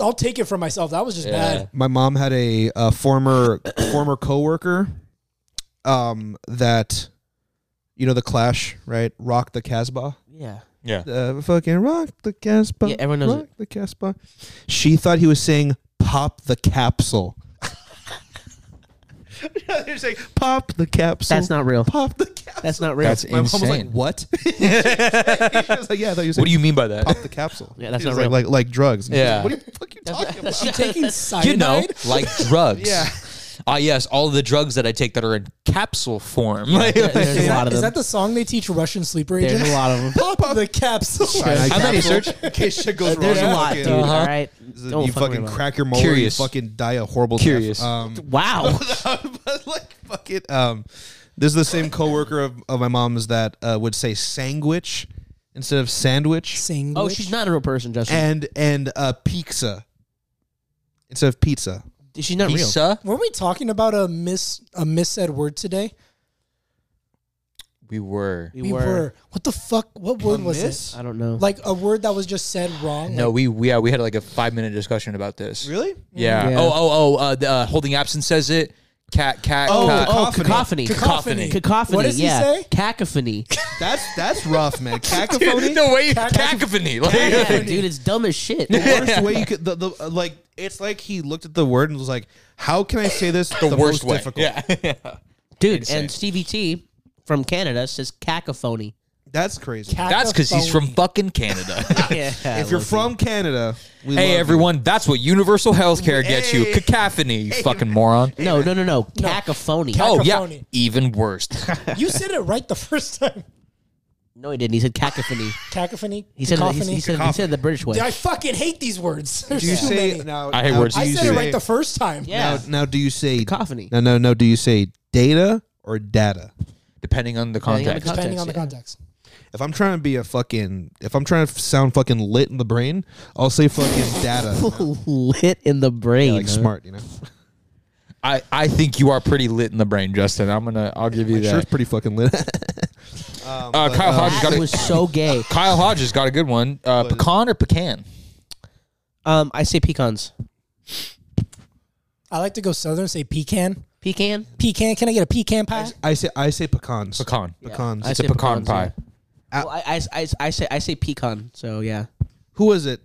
D: I'll take it for myself. That was just bad.
B: My mom had a, a former former coworker, um, that, you know, the Clash, right? Rock the Casbah.
A: Yeah.
C: yeah,
B: Uh, fucking rock the Casbah.
A: Yeah, everyone knows
B: rock the Casbah. She thought he was saying pop the capsule. [laughs] They're saying pop the capsule.
A: That's not real.
B: Pop the capsule.
A: That's not real.
C: [laughs] that's
B: My mom was like,
C: insane.
B: "What?" [laughs] she was like, "Yeah, I thought you were
C: What do
B: saying
C: you mean by that?
B: pop the capsule."
A: Yeah, that's
B: She was
A: not real.
B: Like, like like drugs. And she was
C: Yeah.
B: like, what the fuck are you talking about?
A: That's not-
D: Taking cyanide.
C: you know, like drugs.
B: Yeah.
C: Ah, yes, all the drugs that I take that are in capsule form. Like, [laughs]
A: there's
D: Is
A: a lot
D: that,
A: of
D: is
A: them.
D: that the song they teach Russian sleeper
A: There's
D: agents?
A: a lot of them.
D: [laughs] Pop
A: [laughs]
D: the capsule.
C: How many search?
B: In [laughs] case shit goes wrong.
A: There's a lot,
B: fucking-
A: dude. All right. Don't
B: you
A: fuck
B: fucking
A: around.
B: crack your molar.
C: Curious.
B: You fucking die a horrible
C: Curious.
B: death. Um, [laughs]
A: Wow.
B: but like fuck it. Um, this is the same coworker of, of my mom's that uh, would say sandwich instead of sandwich,
D: Sing.
A: Oh, she's not a real person, Justin.
B: and and uh, pizza instead of pizza.
A: She's not real.
C: Pizza.
D: Were we talking about a miss a missaid word today?
C: We were.
D: We, were. What the fuck? What word was
B: miss?
D: this?
A: I don't know.
D: Like a word that was just said wrong.
C: No, we, we yeah we had like a five minute discussion about this.
B: Really?
C: Yeah.
A: Yeah.
C: Oh oh oh. Uh, the, uh, holding absence says it. Cat cat.
B: Oh,
C: cat.
A: oh, cacophony.
B: cacophony.
D: Cacophony.
A: Cacophony.
D: What does he
A: yeah.
D: say?
A: Cacophony.
B: That's that's rough,
C: [laughs]
B: man. Cacophony.
C: the way cacophony. Like, [laughs]
A: yeah, dude, it's dumb as shit.
B: the worst way you could the, the uh, like it's like he looked at the word and was like, "How can I say this the,
C: worst
B: most
C: way.
B: difficult?"
C: Yeah.
A: Dude, and Stevie T from Canada says cacophony.
B: That's crazy.
C: That's because he's from fucking Canada.
A: [laughs] Yeah.
B: if you're from Canada, we love
C: hey
B: you.
C: everyone, that's what universal health care gets you. Cacophony, you fucking moron.
A: No, no, no, no. Cacophony.
C: Oh yeah,
D: Cacophony.
C: even worse.
D: You said it right the first time. [laughs]
A: No, he didn't. He said cacophony.
D: Cacophony.
A: He said, it, he,
D: Cacophony.
A: he said, he said it the British way.
D: Dude, I fucking hate these words. There's
B: Do you
D: too
B: say
D: many.
B: now?
C: I hate
B: now,
C: words.
B: do
D: I
B: you
D: said it
B: say-
D: right the first time.
A: yeah.
B: Now, now do you say
A: Cacophony.
B: No, no, no. Do you say data or data?
C: Depending on the
A: Depending on the
C: context.
A: con-
D: Depending on the
A: yeah.
D: context.
B: If I'm trying to be a fucking, if I'm trying to sound fucking lit in the brain, I'll say
D: [laughs]
B: fucking data,
A: [laughs] Lit in the brain.
B: like
A: huh?
B: smart, you know.
C: I, I think you are pretty lit in the brain, Justin. I'm gonna I'll give you
B: Sure, it's
C: that.
B: pretty fucking lit. [laughs]
C: Uh, Kyle Hodges got
A: That
C: a,
A: was so
B: [laughs]
A: gay.
C: Kyle Hodges got a good one. Uh, pecan or pecan?
A: Um, I say pecans.
D: I like to go southern and say pecan.
A: Pecan?
D: Pecan. Can I get a pecan pie?
B: I say, I say pecans.
C: Pecan.
B: Pecans.
A: I
C: It's a
A: say
C: pecan
A: pecans,
C: pie.
A: yeah. Well, I, I, I, I say I say pecan. So yeah,
B: Who was it?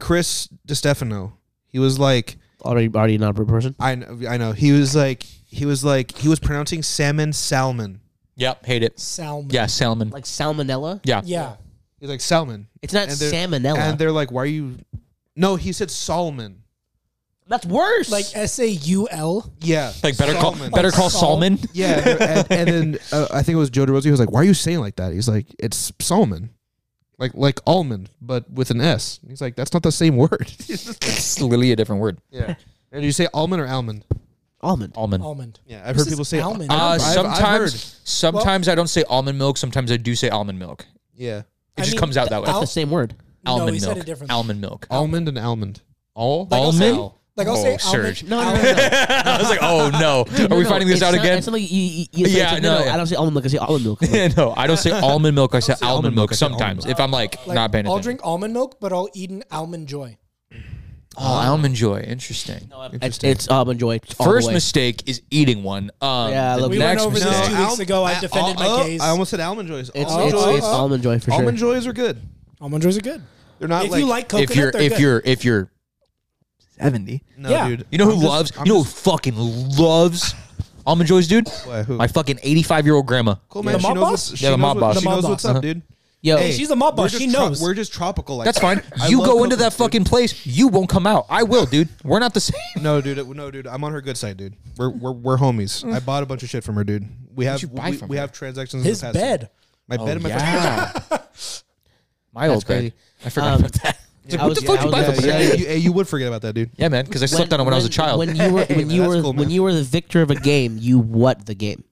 B: Chris DiStefano. He was like,
A: already already not a person.
B: I know, I know. He was like, he was like, he was pronouncing salmon salmon.
C: Yep, hate it.
D: Salmon.
C: Yeah, salmon.
A: Like salmonella.
C: Yeah.
D: Yeah.
B: He's like salmon,
A: It's not
B: And they're-
A: salmonella.
B: and they're like, why are you? No, he said Solomon.
A: That's worse.
D: Like S A U L.
B: Yeah,
C: Like better call
B: Salmon.
C: better
D: Like
C: call
D: sal-
C: salmon.
B: [laughs] Yeah, and, and then uh, I think it was Joe DeRosa. He was like, "Why are you saying like that?" He's like, "It's Solomon, like like almond, but with an S." He's like, "That's not the same word." [laughs]
C: It's literally a different word.
B: yeah. And do you say almond or almond?
A: almond.
C: Almond.
D: Almond.
B: Yeah, I've
D: This
B: heard
D: is
B: people say
D: almond.
B: I don't-
C: Uh,
B: I've- I've
C: sometimes,
B: heard.
C: sometimes I don't say almond milk. Sometimes I do say almond milk.
B: Yeah,
C: It
D: I
C: just
D: mean,
C: comes out that way.
A: That's the same word.
C: almond
D: no, he
C: milk.
D: said it differently.
C: Almond milk.
B: almond and almond.
C: All
D: Like, I'll
C: almond.
D: say- like I'll
C: oh,
D: say almond.
C: Surge.
A: No, no, [laughs] no. no, no.
C: [laughs] I was like, oh no, are
A: No,
C: we
A: no,
C: finding this
A: it's
C: out
A: not-
C: again?
A: It's not like you, you, you
C: Yeah,
A: yeah, no,
C: no,
A: no,
C: yeah.
A: I don't say almond milk. I say almond
C: [laughs]
A: milk. I'm like,
C: no, I don't say almond milk. I say almond,
B: almond
C: milk
B: milk, I say almond
C: sometimes
B: milk.
C: if I'm like,
D: Like,
C: not paying
D: I'll
C: attention.
D: drink almond milk, but I'll eat an almond joy.
C: oh, almond joy. Interesting.
A: it's, it's almond joy. all the
C: First
A: way.
C: mistake is eating one. Um,
A: Yeah,
C: the
A: look, We
D: went
C: next
D: over this
C: mistake.
D: two weeks ago, I defended my
B: oh,
D: case.
B: I almost said almond joys.
A: It's,
B: almond,
A: it's,
B: joys
A: it's almond joy for
B: almond
A: sure.
B: joys are good.
D: Almond joys are good.
B: They're not
D: if
B: like
D: you like coconut,
C: if you're
D: they're
C: if
D: good.
C: you're if you're seventy,
B: no,
D: Yeah.
B: dude.
C: you know who
B: I'm just-
C: loves
B: I'm
C: you know
B: just-
C: who fucking loves almond joys, dude.
B: Why, who?
C: My fucking eighty-five year old grandma.
B: cool man.
D: The
B: She
D: mob
B: knows
D: boss?
B: what's, she
C: Yeah, the
B: knows
C: mob
B: what-
C: boss. Uh-huh.
B: She knows
D: Mob
B: what's
C: boss.
B: up, dude.
A: Yo,
D: Hey, she's a mob
B: We're
D: boss.
B: just
D: She
B: tro-
D: knows.
B: We're just tropical. Like
C: That's fine.
B: I
C: you
B: love
C: go into
B: coconut,
C: that
B: dude.
C: fucking place, you won't come out. I will, dude. We're not the [laughs] same.
B: No, dude. it- No, dude. I'm on her good side, dude. We're we're, we're homies. I bought a bunch of shit from her, dude. We have
C: you buy
B: we,
C: from
B: we
C: her? Oh,
B: have transactions.
D: His
B: in the past.
D: bed.
B: my bed, and my
C: [laughs] My old
A: crazy.
C: bed. I forgot
A: Um,
C: about that. It's like,
A: I
C: what
A: was-
C: the fuck
A: yeah,
C: you
A: I
C: buy
A: was-
C: for
B: yeah,
C: yeah,
B: yeah, you, eh, you would forget about that, dude.
C: yeah, man, because I slept on it when I was a child. [laughs]
A: When you were when you
B: that's
A: were
B: cool,
A: when
B: man.
A: you were the victor of a game, you what the game?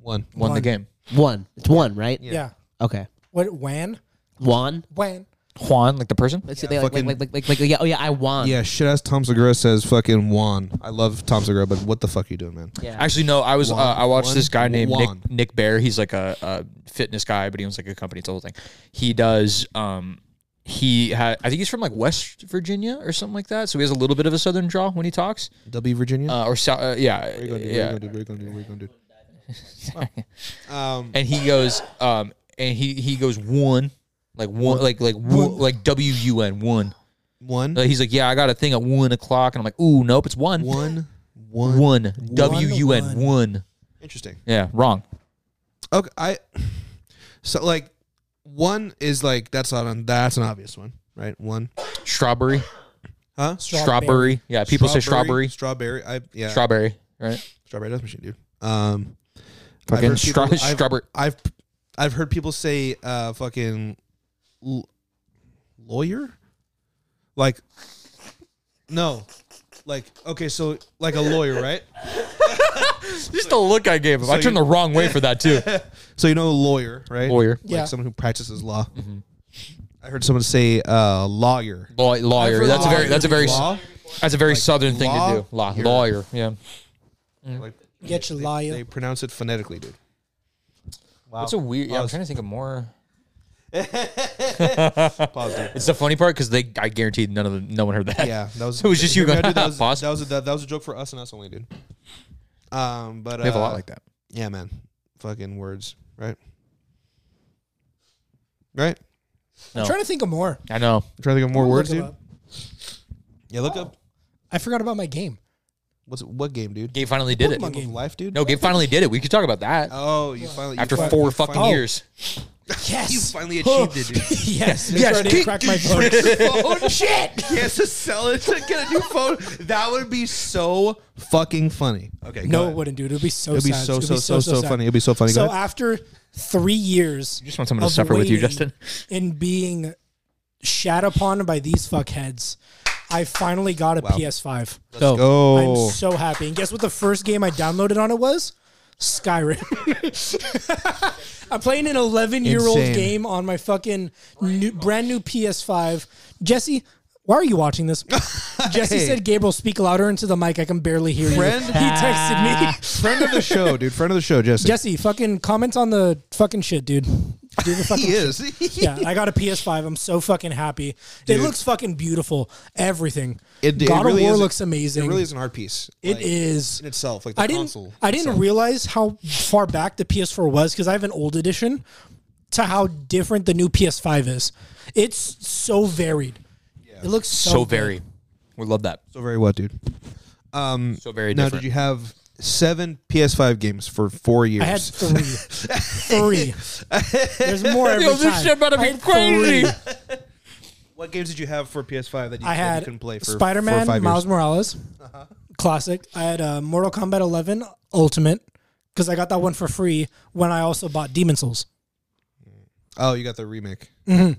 B: One.
C: won the game.
A: One. It's one, right?
D: Yeah.
A: Okay.
D: What? Wan?
A: One.
D: Wan?
C: Juan, like the person?
A: Let's say like,
B: fucking-
A: like, like, like, like, like, yeah, oh yeah, I won.
B: Yeah, shit ass Tom Segura says fucking Juan. I love Tom Segura, but what the fuck are you doing, man?
A: Yeah.
C: Actually, no. I was. Uh, I watched
B: Juan-
C: this guy named
B: Juan.
C: Nick Nick Bear. He's like a, a fitness guy, but he owns like a company. It's a whole thing. He does. Um, he had. I think he's from like West Virginia or something like that. So he has a little bit of a southern draw when
B: [laughs]
C: he talks.
B: W Virginia?
C: Uh, or so, uh, yeah,
B: What are you
C: yeah.
B: gonna do? What are you gonna do? What are you gonna do? What are
C: [laughs]
B: you gonna do? Um,
C: and he goes um and he he goes one like one like like one, like W U N one.
B: one,
C: Like, he's like, yeah, I got a thing at one o'clock, and I'm like, ooh, nope, it's one. [laughs]
B: one, one.
C: One. W U N
D: One.
C: one.
B: Interesting.
C: Yeah, wrong.
B: Okay, I. So like, one is like that's not an that's an obvious one, right? One,
C: Strawberry.
B: huh?
C: Strawberry. Yeah, people say strawberry.
B: Strawberry. I yeah.
C: Strawberry. Right.
B: strawberry does machine, dude. Um,
C: Fucking
B: heard
C: stra-
B: people- I've-
C: strawberry.
B: I've I've heard people say uh fucking l- lawyer, like no, like okay, so like a lawyer, right?
C: Just the look I gave him. I
B: so
C: turned
B: you-
C: the wrong way for that too.
B: So you know a lawyer, right?
C: Lawyer. Mm-hmm.
B: like
D: Yeah.
B: someone who practices law. I heard someone say uh lawyer.
C: [laughs] Law, lawyer.
B: heard
C: That's a very.
B: lawyer
C: That's a very.
B: is law.
C: That's a very southern thing
B: law-
C: to do. Law,
B: You're-
C: lawyer. Yeah.
B: Like,
D: Get your
B: they
D: liar.
B: pronounce it phonetically, dude. Wow.
C: That's a weird. Yeah, I'm
B: Pause.
C: trying to think of more.
B: Pause, dude.
C: It's so funny part because they, I guarantee none of them, no one heard that.
B: Yeah, that was.
C: [laughs] It was just you
B: Yeah,
C: going,
B: dude, that, was,
C: "Pause."
B: that was a, that, was a joke for us and us only, dude. Um, but uh,
C: We have a lot like that.
B: Yeah, man. Fucking words, right? Right.
C: No.
D: I'm trying to think of more.
C: I know.
B: I'm trying to think of more words,
D: Look it
B: dude.
D: up.
B: Yeah, look up
D: I forgot about my game.
B: what's what game, dude?
C: Gabe finally did it.
D: Pokemon
B: Game of
D: game.
B: Life, dude.
C: No, Gabe finally did it. We could talk about that
B: Oh, you finally
C: after
B: you fi-
C: four
B: you [laughs]
C: fucking
B: finally-
C: years.
B: [laughs]
D: Yes.
B: You finally achieved it, dude.
D: [laughs] yes. Yes.
C: Yes,
D: I didn't
C: kick-
D: crack my phone.
C: [laughs]
D: [laughs]
B: phone. Shit! He has to sell it to get a new phone. That would be so fucking funny. Okay, go
D: No,
B: ahead.
D: it wouldn't, dude. It'd be so.
B: It'd be
D: sad.
B: so,
D: It'd
B: so, so, so
D: sad.
B: funny. It'd be so funny. Go
D: So
B: ahead.
D: after three years, you
C: just want someone to suffer with you, Justin.
D: in being shat upon by these fuckheads, I finally got a PS5.
A: So
B: Oh,
D: I'm so happy. And guess what? The first game I downloaded on it was Skyrim. [laughs] I'm playing an 11 year old
B: Insane.
D: game on my fucking new, brand new PS5. Jesse. Why are you
B: [laughs]
D: watching this? Jesse
B: Hey.
D: said, "Gabriel, speak louder into the mic. I can barely hear
B: Friend-
D: you." He texted me.
B: [laughs] friend of the show, dude. Friend of the show, Jesse.
D: [laughs] Jesse, fucking comment on the fucking shit, dude. Do the
B: [laughs]
D: fucking
B: he is.
D: yeah. I got a PS5. I'm so fucking happy. It looks fucking beautiful. Everything.
B: It- it
D: God of
B: really
D: War
B: is-
D: looks amazing.
B: It really is an art piece.
D: It
B: like,
D: is.
B: in itself, like the
D: I didn't.
B: console.
D: I didn't realize how far back the PS4 was because I have an old edition. To how different the new PS5 is. It's so varied. It looks so,
C: So
D: good.
C: very. We love that.
B: So very what, dude? Um,
C: So very
B: now,
C: different.
B: did you have seven PS5 games for four years? [laughs]
D: I had three. three. There's
B: [laughs]
D: more every
C: Yo, this
D: time.
C: shit better
D: I
C: be
D: had
C: crazy.
D: three.
B: what games did you have for PS5 that you,
D: I
B: that you
D: had
B: couldn't play for
D: Spider
B: four or five
D: Man, Miles
B: years? Uh-huh.
D: Morales, classic. I had uh, Mortal Kombat 11 Ultimate because I got that one for free when I also bought Demon Souls.
B: Oh, you got the remake.
D: Mm.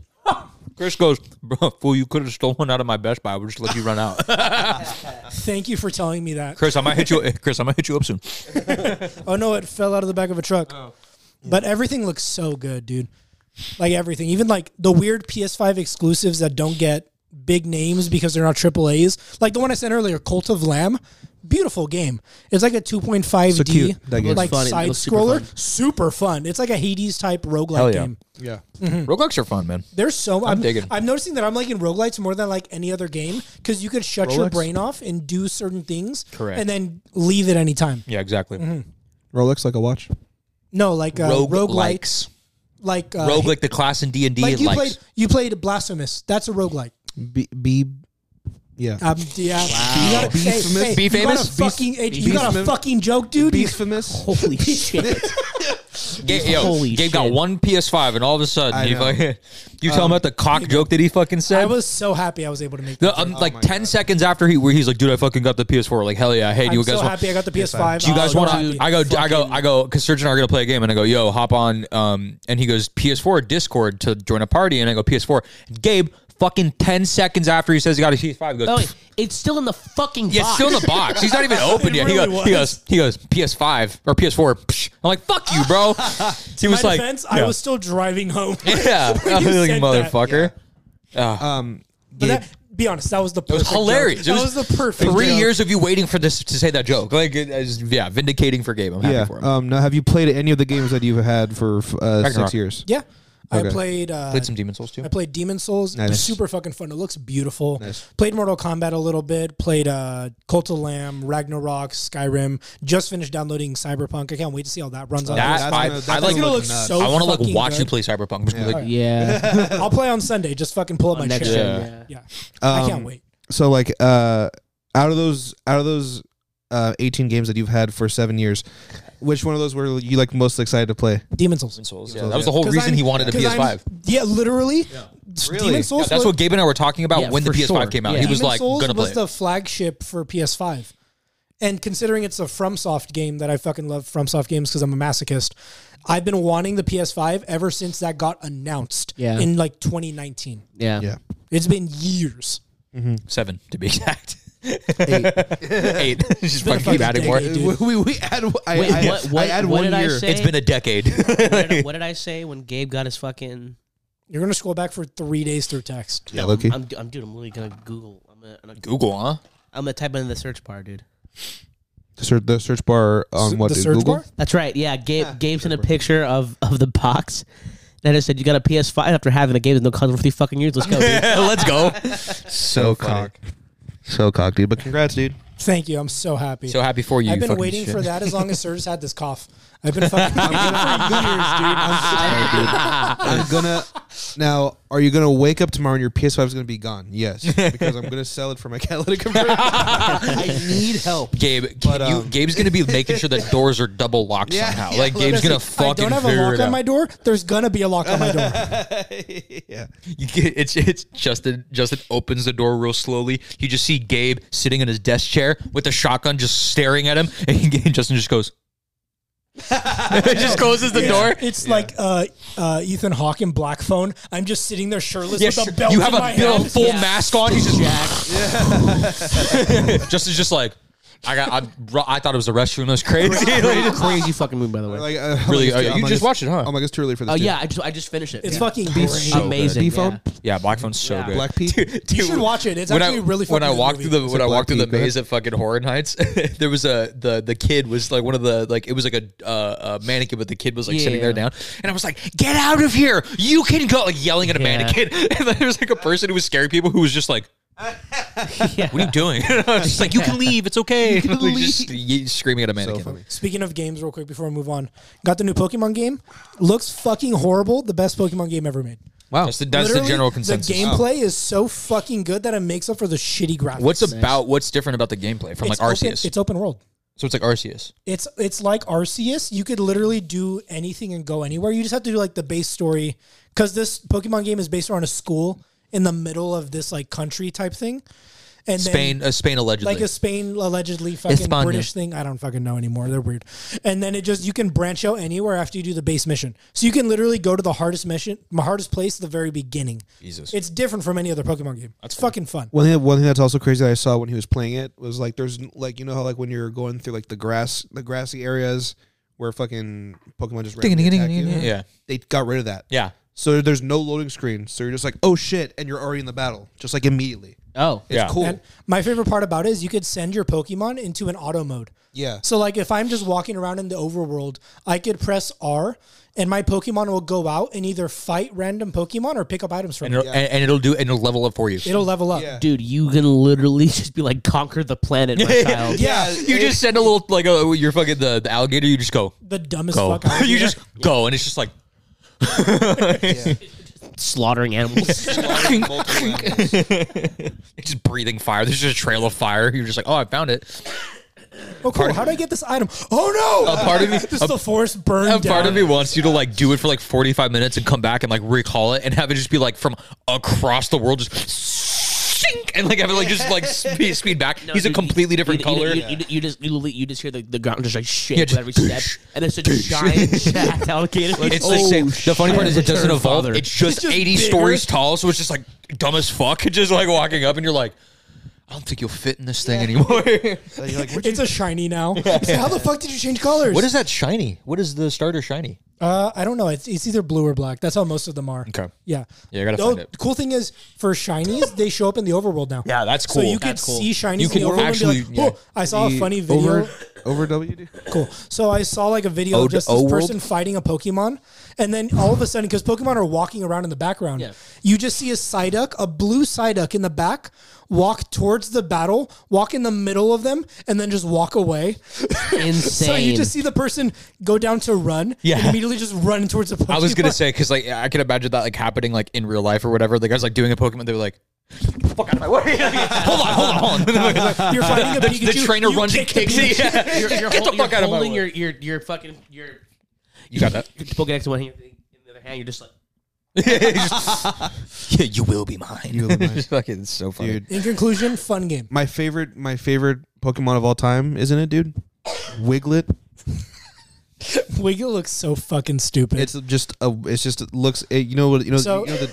C: Chris goes, bro, fool, you could have stolen out of my Best Buy. I would just let you run [laughs] out.
D: Thank you for telling me that.
C: Chris, I might hit you. Chris, I might hit you up soon.
D: Oh no, it fell out of the back of a truck. But everything looks so good, dude. Like everything, even like the weird PS5 exclusives that don't get big names because they're not triple A's. Like the one I said earlier, Cult of Lamb, beautiful game. It's like a 2.5D
B: So cute, that game.
A: Looks
D: like
A: fun. It
D: side
A: looks super
D: scroller,
A: fun.
D: super, fun. It's like a Hades type roguelike
C: Hell yeah.
D: game.
B: Yeah.
C: Roguelikes are fun, man.
D: There's so I'm,
C: digging.
D: I'm noticing that I'm liking roguelites more than like any other game because you could shut your
B: Roguelikes?
D: brain off and do certain things,
C: Correct.
D: and then leave at any time.
C: Yeah, exactly.
B: Rolex like a watch.
D: No, like uh, roguelike,
C: Roguelikes.
D: like uh,
C: Roguelike, the class in D and D.
D: like you
C: likes.
D: played you played Blasphemous. That's a roguelike.
B: B. B yeah.
D: Um, yeah. You gotta,
B: Be
D: hey,
B: famous.
D: hey,
B: Be
D: you got a
C: famous. Be-
D: fucking, hey, you got a
B: famous.
D: fucking joke, dude. [laughs] You-
B: Beastfamous.
A: holy
C: [laughs]
A: shit.
C: Gabe, yo,
A: Holy
C: Gabe got
A: shit.
C: one PS5, and all of a sudden,
B: I
C: you,
B: know.
C: fucking, you tell him about the cock joke that he fucking said.
D: Um, I was Oh so happy I was able to make.
C: The-
D: that.
C: um, like ten seconds after he, where he's like, "Dude, I fucking got the PS4." Like, hell yeah, hey, do
D: I'm
C: you guys
D: so
C: want?
D: happy I got the PS5.
C: Do you guys
D: Oh,
C: want
D: so
C: to?
D: happy.
C: I go, I go, I go. Because Serge and I are gonna play a game, and I go, "Yo, hop on." Um, and he goes, "PS4 Discord to join a party," and I go, "PS4." And Gabe, fucking ten seconds after he says he got a PS5, he goes,
A: Oh, wait, it's still in the fucking
C: Yeah, it's
A: box.
C: still in the box. He's
D: [laughs]
C: not even open yet.
D: really
C: he, goes, he goes, he goes, PS5 or PS4. Psh. I'm like, fuck you,
D: [laughs]
C: bro. he
D: My
C: was like,
D: defense,
C: yeah.
D: I was still driving home.
C: [laughs] yeah,
D: [laughs] when you
C: Like,
D: said that.
C: motherfucker.
D: But that, be honest, that was the
C: It was
D: perfect
C: hilarious.
D: Joke.
C: It
D: That was, the perfect
C: Three
D: joke.
C: years of you waiting for this to say that joke. Like, it is, yeah, vindicating for Gabe. I'm happy
B: Yeah.
C: for him.
B: Um, now, have you played any of the games that you've had for f- uh,
C: Ragnarok.
B: six years?
D: Yeah,
B: Okay.
D: I played. Uh,
C: Played some Demon Souls too.
D: I played Demon Souls.
B: Nice.
D: Super fucking fun. It looks beautiful. Played Mortal Kombat a little bit. Played uh, Cult of Lamb, Ragnarok, Skyrim. Just finished downloading Cyberpunk. I can't wait to see how that runs on.
C: That
D: this.
C: I,
B: gonna- that's
C: I like.
B: gonna
D: look
B: nuts.
D: so
C: I want to like
D: fucking
C: watch you
D: good.
C: play Cyberpunk. I'm just gonna be like,
A: [laughs] Yeah.
D: I'll play on Sunday. Just fucking pull up my
A: Next
D: chair.
A: gen,
C: Yeah.
A: yeah.
D: Yeah, I
B: Um,
D: can't wait.
B: So, like, uh, out of those, out of those, uh, eighteen games that you've had for seven years, which one of those were you like most excited to play?
D: Demon Souls.
C: Souls. Yeah, that was the whole
D: 'Cause
C: reason
D: I'm-
C: he wanted a
D: 'cause I'm-
C: PS5.
D: Yeah, literally. Demon Souls.
C: Yeah, that's
D: was-
C: what Gabe and I were talking about
A: Yeah,
C: when the
A: for
C: PS5
A: sure.
C: came out.
A: Yeah.
C: He was
D: Demon
C: like,
D: Souls
C: gonna play.
D: was
C: it.
D: the flagship for PS5. And considering it's a FromSoft game that I fucking love FromSoft games because I'm a masochist, I've been wanting the PS5 ever since that got announced
A: Yeah.
D: in like 2019.
A: Yeah.
B: Yeah.
D: It's been years.
C: Seven to be exact. [laughs] Eight. Eight. Just fucking keep
D: fucking
C: adding more.
D: decade,
B: We,
D: dude.
B: we, we add. [laughs] I,
A: Wait,
B: I,
A: what- what-
B: I add
A: what
B: one
A: did I
B: year.
A: say?
C: It's been a decade.
A: What did, I, what did I say when Gabe got his fucking?
D: You're gonna scroll back for three days through text.
B: Yeah, Loki.
A: I'm, I'm dude. I'm really gonna Google. I'm gonna, I'm gonna
C: Google, huh?
A: I'm gonna type it in the search bar, dude.
B: The search, the search bar on
D: S-
B: what
D: the
B: dude,
D: search
B: Google?
D: bar?
A: That's right. Yeah, Gabe Gabe sent a picture of of the box. And I just said, "You got a PS5 after having a game with no console for three fucking years. Let's go,
B: [laughs]
A: dude."
C: Let's go. So cock.
B: So cock, dude. But congrats, dude.
D: Thank you. I'm so happy.
C: So happy for you.
D: I've
C: you
D: been
C: fucking
D: waiting
C: shit.
D: for that as long as Serge had this cough. I've been fucking waiting for years,
C: [laughs]
D: dude. I'm
B: Sorry, dude. I'm gonna now. Are you gonna wake up tomorrow and your PS5 is gonna be gone? Yes, because I'm gonna sell it for my [laughs] catalytic converter. I need help.
C: [laughs] Gabe,
B: But,
C: you-
B: um,
C: Gabe's gonna be making sure that doors are double locked
B: Yeah,
C: somehow.
B: yeah,
C: like Gabe's
D: so-
C: gonna
D: if I
C: fucking
D: don't have a
C: figure
D: lock
C: it
D: on
C: out.
D: my [laughs] door. There's gonna be a lock on my door.
B: yeah.
C: You get, it's it's Justin. Justin opens the door real slowly. You just see Gabe sitting in his desk chair with a shotgun, just staring at him. And, he- and [laughs] Justin just goes, just closes the door.
D: It's like uh, uh, Ethan Hawke in Black Phone. I'm just sitting there shirtless
C: Yeah,
D: with
C: sure.
D: a belt
C: you have
D: in
C: a,
D: my
C: you have a
D: hand.
C: full mask on. He's just Justin's just like, I got. I, bro, I thought it was a restroom. That was
D: [laughs]
C: crazy.
A: Crazy fucking movie, by the way.
B: Like, uh,
C: Really?
B: I'm like,
C: Uh,
B: I'm like,
C: you just
B: it's-
C: watched it, huh?
B: Oh my god, it's too early for this.
A: Oh
B: dude.
A: yeah, I just I just finished it.
D: It's
A: Yeah.
D: fucking great.
A: amazing.
B: Beefone?
A: yeah.
C: yeah, Black Phone's so good.
B: Black P.
D: You should watch it. It's
C: when
D: actually
C: I,
D: really
C: when
D: fucking
C: I
D: good
C: walked
D: movie.
C: through the when I
B: Black
C: walked through
B: Pete,
C: the
B: go ahead.
C: maze at fucking Horror Nights, [laughs] there was a the the kid was like one of the like it was like a uh, uh, mannequin, but the kid was like sitting there
A: Yeah.
C: down, and I was like, "Get out of here! You can go!" Like yelling at a
A: Yeah.
C: mannequin, [laughs] and then there was like a person who was scaring people who was just
D: [laughs]
C: like. What are you doing? [laughs] And I was just like, you can leave. It's okay. [laughs] Like, just ye- screaming at a mannequin.
B: funny.
D: Speaking of games, real quick before I move on, got the new Pokemon game. Looks fucking horrible. The best Pokemon game ever made.
C: wow, that's the, that's the
D: Literally,
C: general consensus.
D: The gameplay is so fucking good that it makes up for the shitty graphics.
C: What's about? What's different about the gameplay from
D: it's
C: like
D: open,
C: Arceus?
D: It's open world.
C: so it's like Arceus.
D: It's it's like Arceus. You could literally do anything and go anywhere. You just have to do like the base story because this Pokemon game is based around a school in the middle of this like country type thing, and
C: Spain, uh, Spain allegedly.
D: Then, like a Spain allegedly fucking
C: España.
D: British thing. I don't fucking know anymore. They're weird. And then it just you can branch out anywhere after you do the base mission. So you can literally go to the hardest mission, my hardest place at the very beginning.
C: Jesus.
D: It's different from any other Pokemon game. That's fucking fun.
B: One thing, one thing that's also crazy that I saw when he was playing it was like there's like you know how like when you're going through like the grass the grassy areas where fucking Pokemon just randomly attack you.
C: yeah,
B: They got rid of that.
C: yeah.
B: So there's no loading screen. So you're just like oh shit, and you're already in the battle just like immediately.
A: Oh,
B: It's
C: Yeah.
B: cool.
D: And my favorite part about it is you could send your Pokemon into an auto mode.
B: yeah.
D: So like if I'm just walking around in the overworld, I could press R and my Pokemon will go out and either fight random Pokemon or pick up items from
C: And
D: it.
C: it'll, and, and it'll do and it'll level up for you. [laughs]
D: It'll level up.
B: Yeah.
A: dude, you can literally [laughs] just be like conquer the planet,
B: [laughs]
A: my child.
B: Yeah,
C: you just send a little like a you're fucking the, the alligator. You just go
D: The dumbest
C: go. [laughs]
D: fuck. out of
C: you
D: here.
C: just go, and it's just like
A: Slaughtering animals.
C: [laughs] it's [laughs] just breathing fire. There's just a trail of fire. You're just like, oh, I found it.
D: Oh, cool. How did I get this item? Oh no!
C: A part of me-
D: this
C: a-
D: the forest burned
C: And part
D: down.
C: of me wants you to like do it for like 45 minutes and come back and like recall it and have it just be like from across the world, just sink and like have it like just like speed, speed back. He's a
A: dude,
C: completely different
A: you,
C: color.
A: You, you, you, you just you, literally- you just hear the, the ground just like shake
C: Yeah,
A: with every step,
C: just- [laughs]
A: and it's a giant Oh, jacked alligator.
C: It's like same. the funny part is it doesn't
A: Return,
C: evolve.
A: father.
C: It's just,
D: just
C: 80
D: bigger.
C: stories tall, so it's just like dumb as fuck. [laughs] Just like walking up and you're like, I don't think you'll fit in this thing
A: [laughs]
C: anymore.
B: So you're like, "Where'd
D: It's a shiny now. So How the fuck did you change colors?
C: what is that shiny? What is the starter shiny?
D: Uh, I don't know. It's, it's either blue or black. That's how most of them are.
C: Okay.
D: Yeah.
C: Yeah, I gotta
D: Oh,
C: find it.
D: Cool thing is for shinies, they show up in the overworld now.
C: Yeah, that's cool.
D: So you could
C: That's cool.
D: see shinies
C: You
D: in
C: can
D: the overworld and
C: actually-
D: be like, oh, I saw a
B: The
D: funny video.
B: Over, over WD?
D: Cool. So I saw like a video
C: Oh,
D: of just
C: the
D: this
C: O
D: person
C: world?
D: fighting a Pokemon, and then all of a sudden, because Pokemon are walking around in the background,
A: Yeah.
D: you just see a Psyduck, a blue Psyduck in the back, walk towards the battle, walk in the middle of them, and then just walk away. [laughs]
A: insane.
D: So you just
C: [laughs]
D: see the person go down to run,
C: Yeah.
D: and immediately just run towards the Pokemon.
C: I was gonna say [laughs] because like I can imagine that like happening like in real life or whatever. The guy's like doing a Pokemon. They're like, "Get the "Fuck out of my way!" [laughs] hold on, hold on, hold on.
D: You're fighting
C: [laughs]
D: a
C: the,
D: Pikachu.
C: the trainer
D: you
C: runs and
D: kick the
C: kicks it.
D: Pikachu.
C: [laughs] Yeah.
A: you're, you're
C: Get the
A: hol-
C: fuck
A: you're
C: out of my
A: holding
C: way.
A: Your, your your fucking your
C: You got that? [laughs]
A: your Pokedex in one hand, in the other hand, you're just like.
C: yeah, you will be mine.
B: You will be mine.
C: It's fucking it's so
B: [laughs]
C: funny.
B: Dude,
D: In conclusion, fun game.
B: my favorite, my favorite Pokemon of all time, isn't it, dude? Wiglet.
D: Wiggle looks so fucking stupid.
B: It's just a. It's just it looks. It, you know what? You know.
D: So-
B: you know the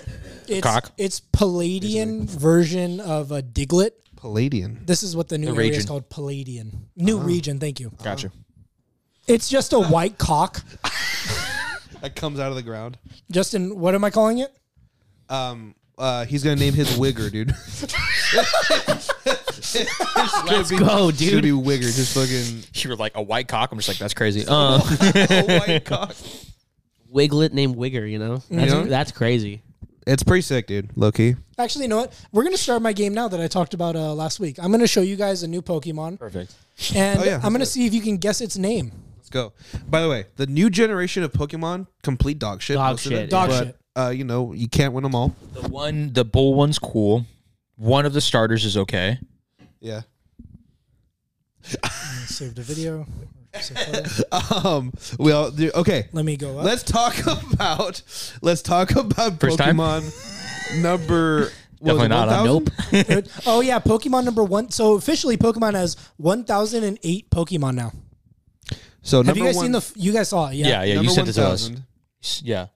D: it's,
C: cock.
D: It's Palladian version of a Diglett.
B: Palladian.
D: This is what the new
C: The
D: area is
C: region. Ah.
D: called Palladian. New region, thank you.
C: Gotcha.
D: It's just a white cock.
B: That comes out of the ground.
D: Justin, what am I calling it?
C: [laughs]
B: Um. Uh. He's gonna name his Wigger, dude.
A: Let's go,
B: It's gonna
A: dude.
B: be wigger, just fucking
C: [laughs] You were like a white cock. I'm just like that's crazy. [laughs] Uh,
B: oh,
C: [laughs]
B: white cock.
A: Wiglet named Wigger, you know? That's,
B: Yeah.
A: that's crazy.
B: It's pretty sick, dude. Low key.
D: Actually, you know what? We're gonna start my game now that I talked about uh, last week. I'm gonna show you guys a new Pokemon,
C: perfect.
D: and
B: Oh, yeah,
D: I'm gonna
B: let's
D: see if you can guess its name.
B: Let's go. By the way, the new generation of Pokemon, complete dog shit.
A: Dog
B: most of it,
A: shit,
D: Dog
B: but,
D: shit.
B: Uh, you know, you can't win them all.
C: The one, the bull one's cool. One of the starters is okay.
B: Yeah.
D: I saved a video. Save photo.
B: [laughs] Um. Well. The, okay.
D: Let me go up.
B: Let's talk [laughs] about. Let's talk about
C: First time?
B: Pokemon
C: [laughs]
B: number. what was
C: Definitely
B: it,
C: not.
B: 1000?
C: on nope.
D: Dude. oh yeah, Pokemon number one. So officially, Pokemon has 1,008 Pokemon now.
B: So
D: Have
B: number
D: you guys
B: one,
D: seen the? F- you guys saw it, yeah?
C: Yeah, yeah.
B: number
C: you sent it to us.
B: 1000
C: Yeah. Uh,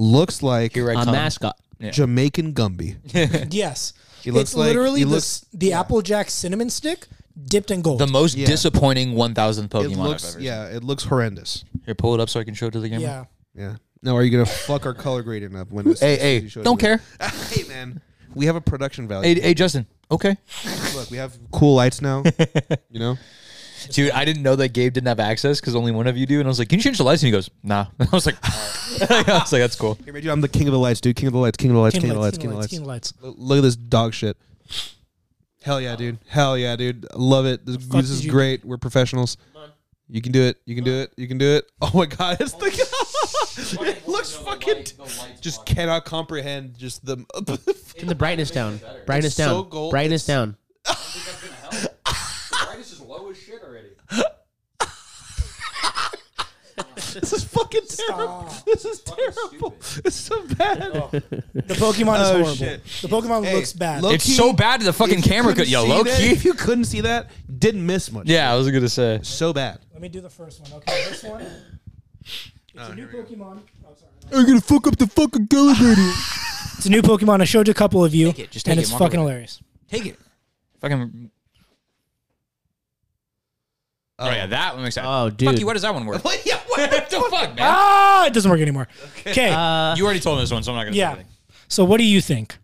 B: Looks like
C: Here I
A: A
C: come.
A: mascot.
C: Yeah.
B: Jamaican Gumby.
D: Yes.
B: He looks
D: it's
B: like-
D: literally
B: he
D: the
B: looks-
D: s the Applejack cinnamon stick dipped in gold.
C: The most
B: Yeah.
C: disappointing 1,000 Pokemon
B: It
C: I've
B: looks.
C: ever
B: Yeah. It looks horrendous.
C: seen. Here, pull it up so I can show it to the camera.
D: yeah.
B: Yeah. Now, are you gonna fuck our color grading up when? as
C: Hey,
B: soon as
C: hey,
B: you show it
C: don't
B: to me?
C: care.
B: [laughs] hey, man. We have a production value.
C: Hey, hey, Justin. Okay.
B: Look, we have cool lights now. you know.
C: Dude, I didn't know that Gabe didn't have access because only one of you do. And I was like, can you change the lights? And he goes, nah. [laughs] I was like, I was like, that's cool.
B: Hey, Reggie, I'm the king of the lights, dude. King of the lights, king of the lights,
D: King
B: king,
D: of
B: of the lights, king of the lights.
D: King of lights.
B: L- Look at this dog shit. Hell yeah, dude. Hell yeah, dude. Love it. This,
D: fuck
B: this
D: did
B: is
D: you
B: great. We're professionals. You can do it. You can do it. You can do it. [laughs] Oh my god, it's the [laughs] It looks fucking just cannot comprehend just the [laughs]
A: Turn the brightness down. Brightness
B: It's so
A: down.
B: gold-
A: brightness
B: it's-
A: down.
B: This is fucking terrible. This is terrible. It's so bad.
D: The Pokemon is
B: Oh,
D: horrible.
B: shit.
D: The Pokemon
B: Hey,
D: looks bad.
B: low
C: It's
B: key,
C: so bad that the fucking
B: if you
C: camera
B: couldn't
C: could. Yo,
B: see
C: low
B: that-
C: key.
B: If you couldn't see that, didn't miss much.
C: Yeah, I was going to say.
B: So bad.
D: Let me do the first one. Okay, this one. It's a new Pokemon. Oh, sorry.
B: Are you gonna fuck up the fucking [sighs] color grading?
D: It's a new Pokemon. I showed you a couple of you,
C: it, just
D: and
C: take it,
D: it's
C: walk
D: fucking
C: away.
D: hilarious.
C: Take it. Fucking. Oh, yeah, that one makes sense.
A: Oh,
C: Fuck
A: dude.
C: you, [laughs] what does that one work?
B: What? Yeah, what?
C: what the fuck, man?
D: Ah, it doesn't work anymore. Okay,
C: you already told me this one, so I'm not going to
D: yeah. So what do you think?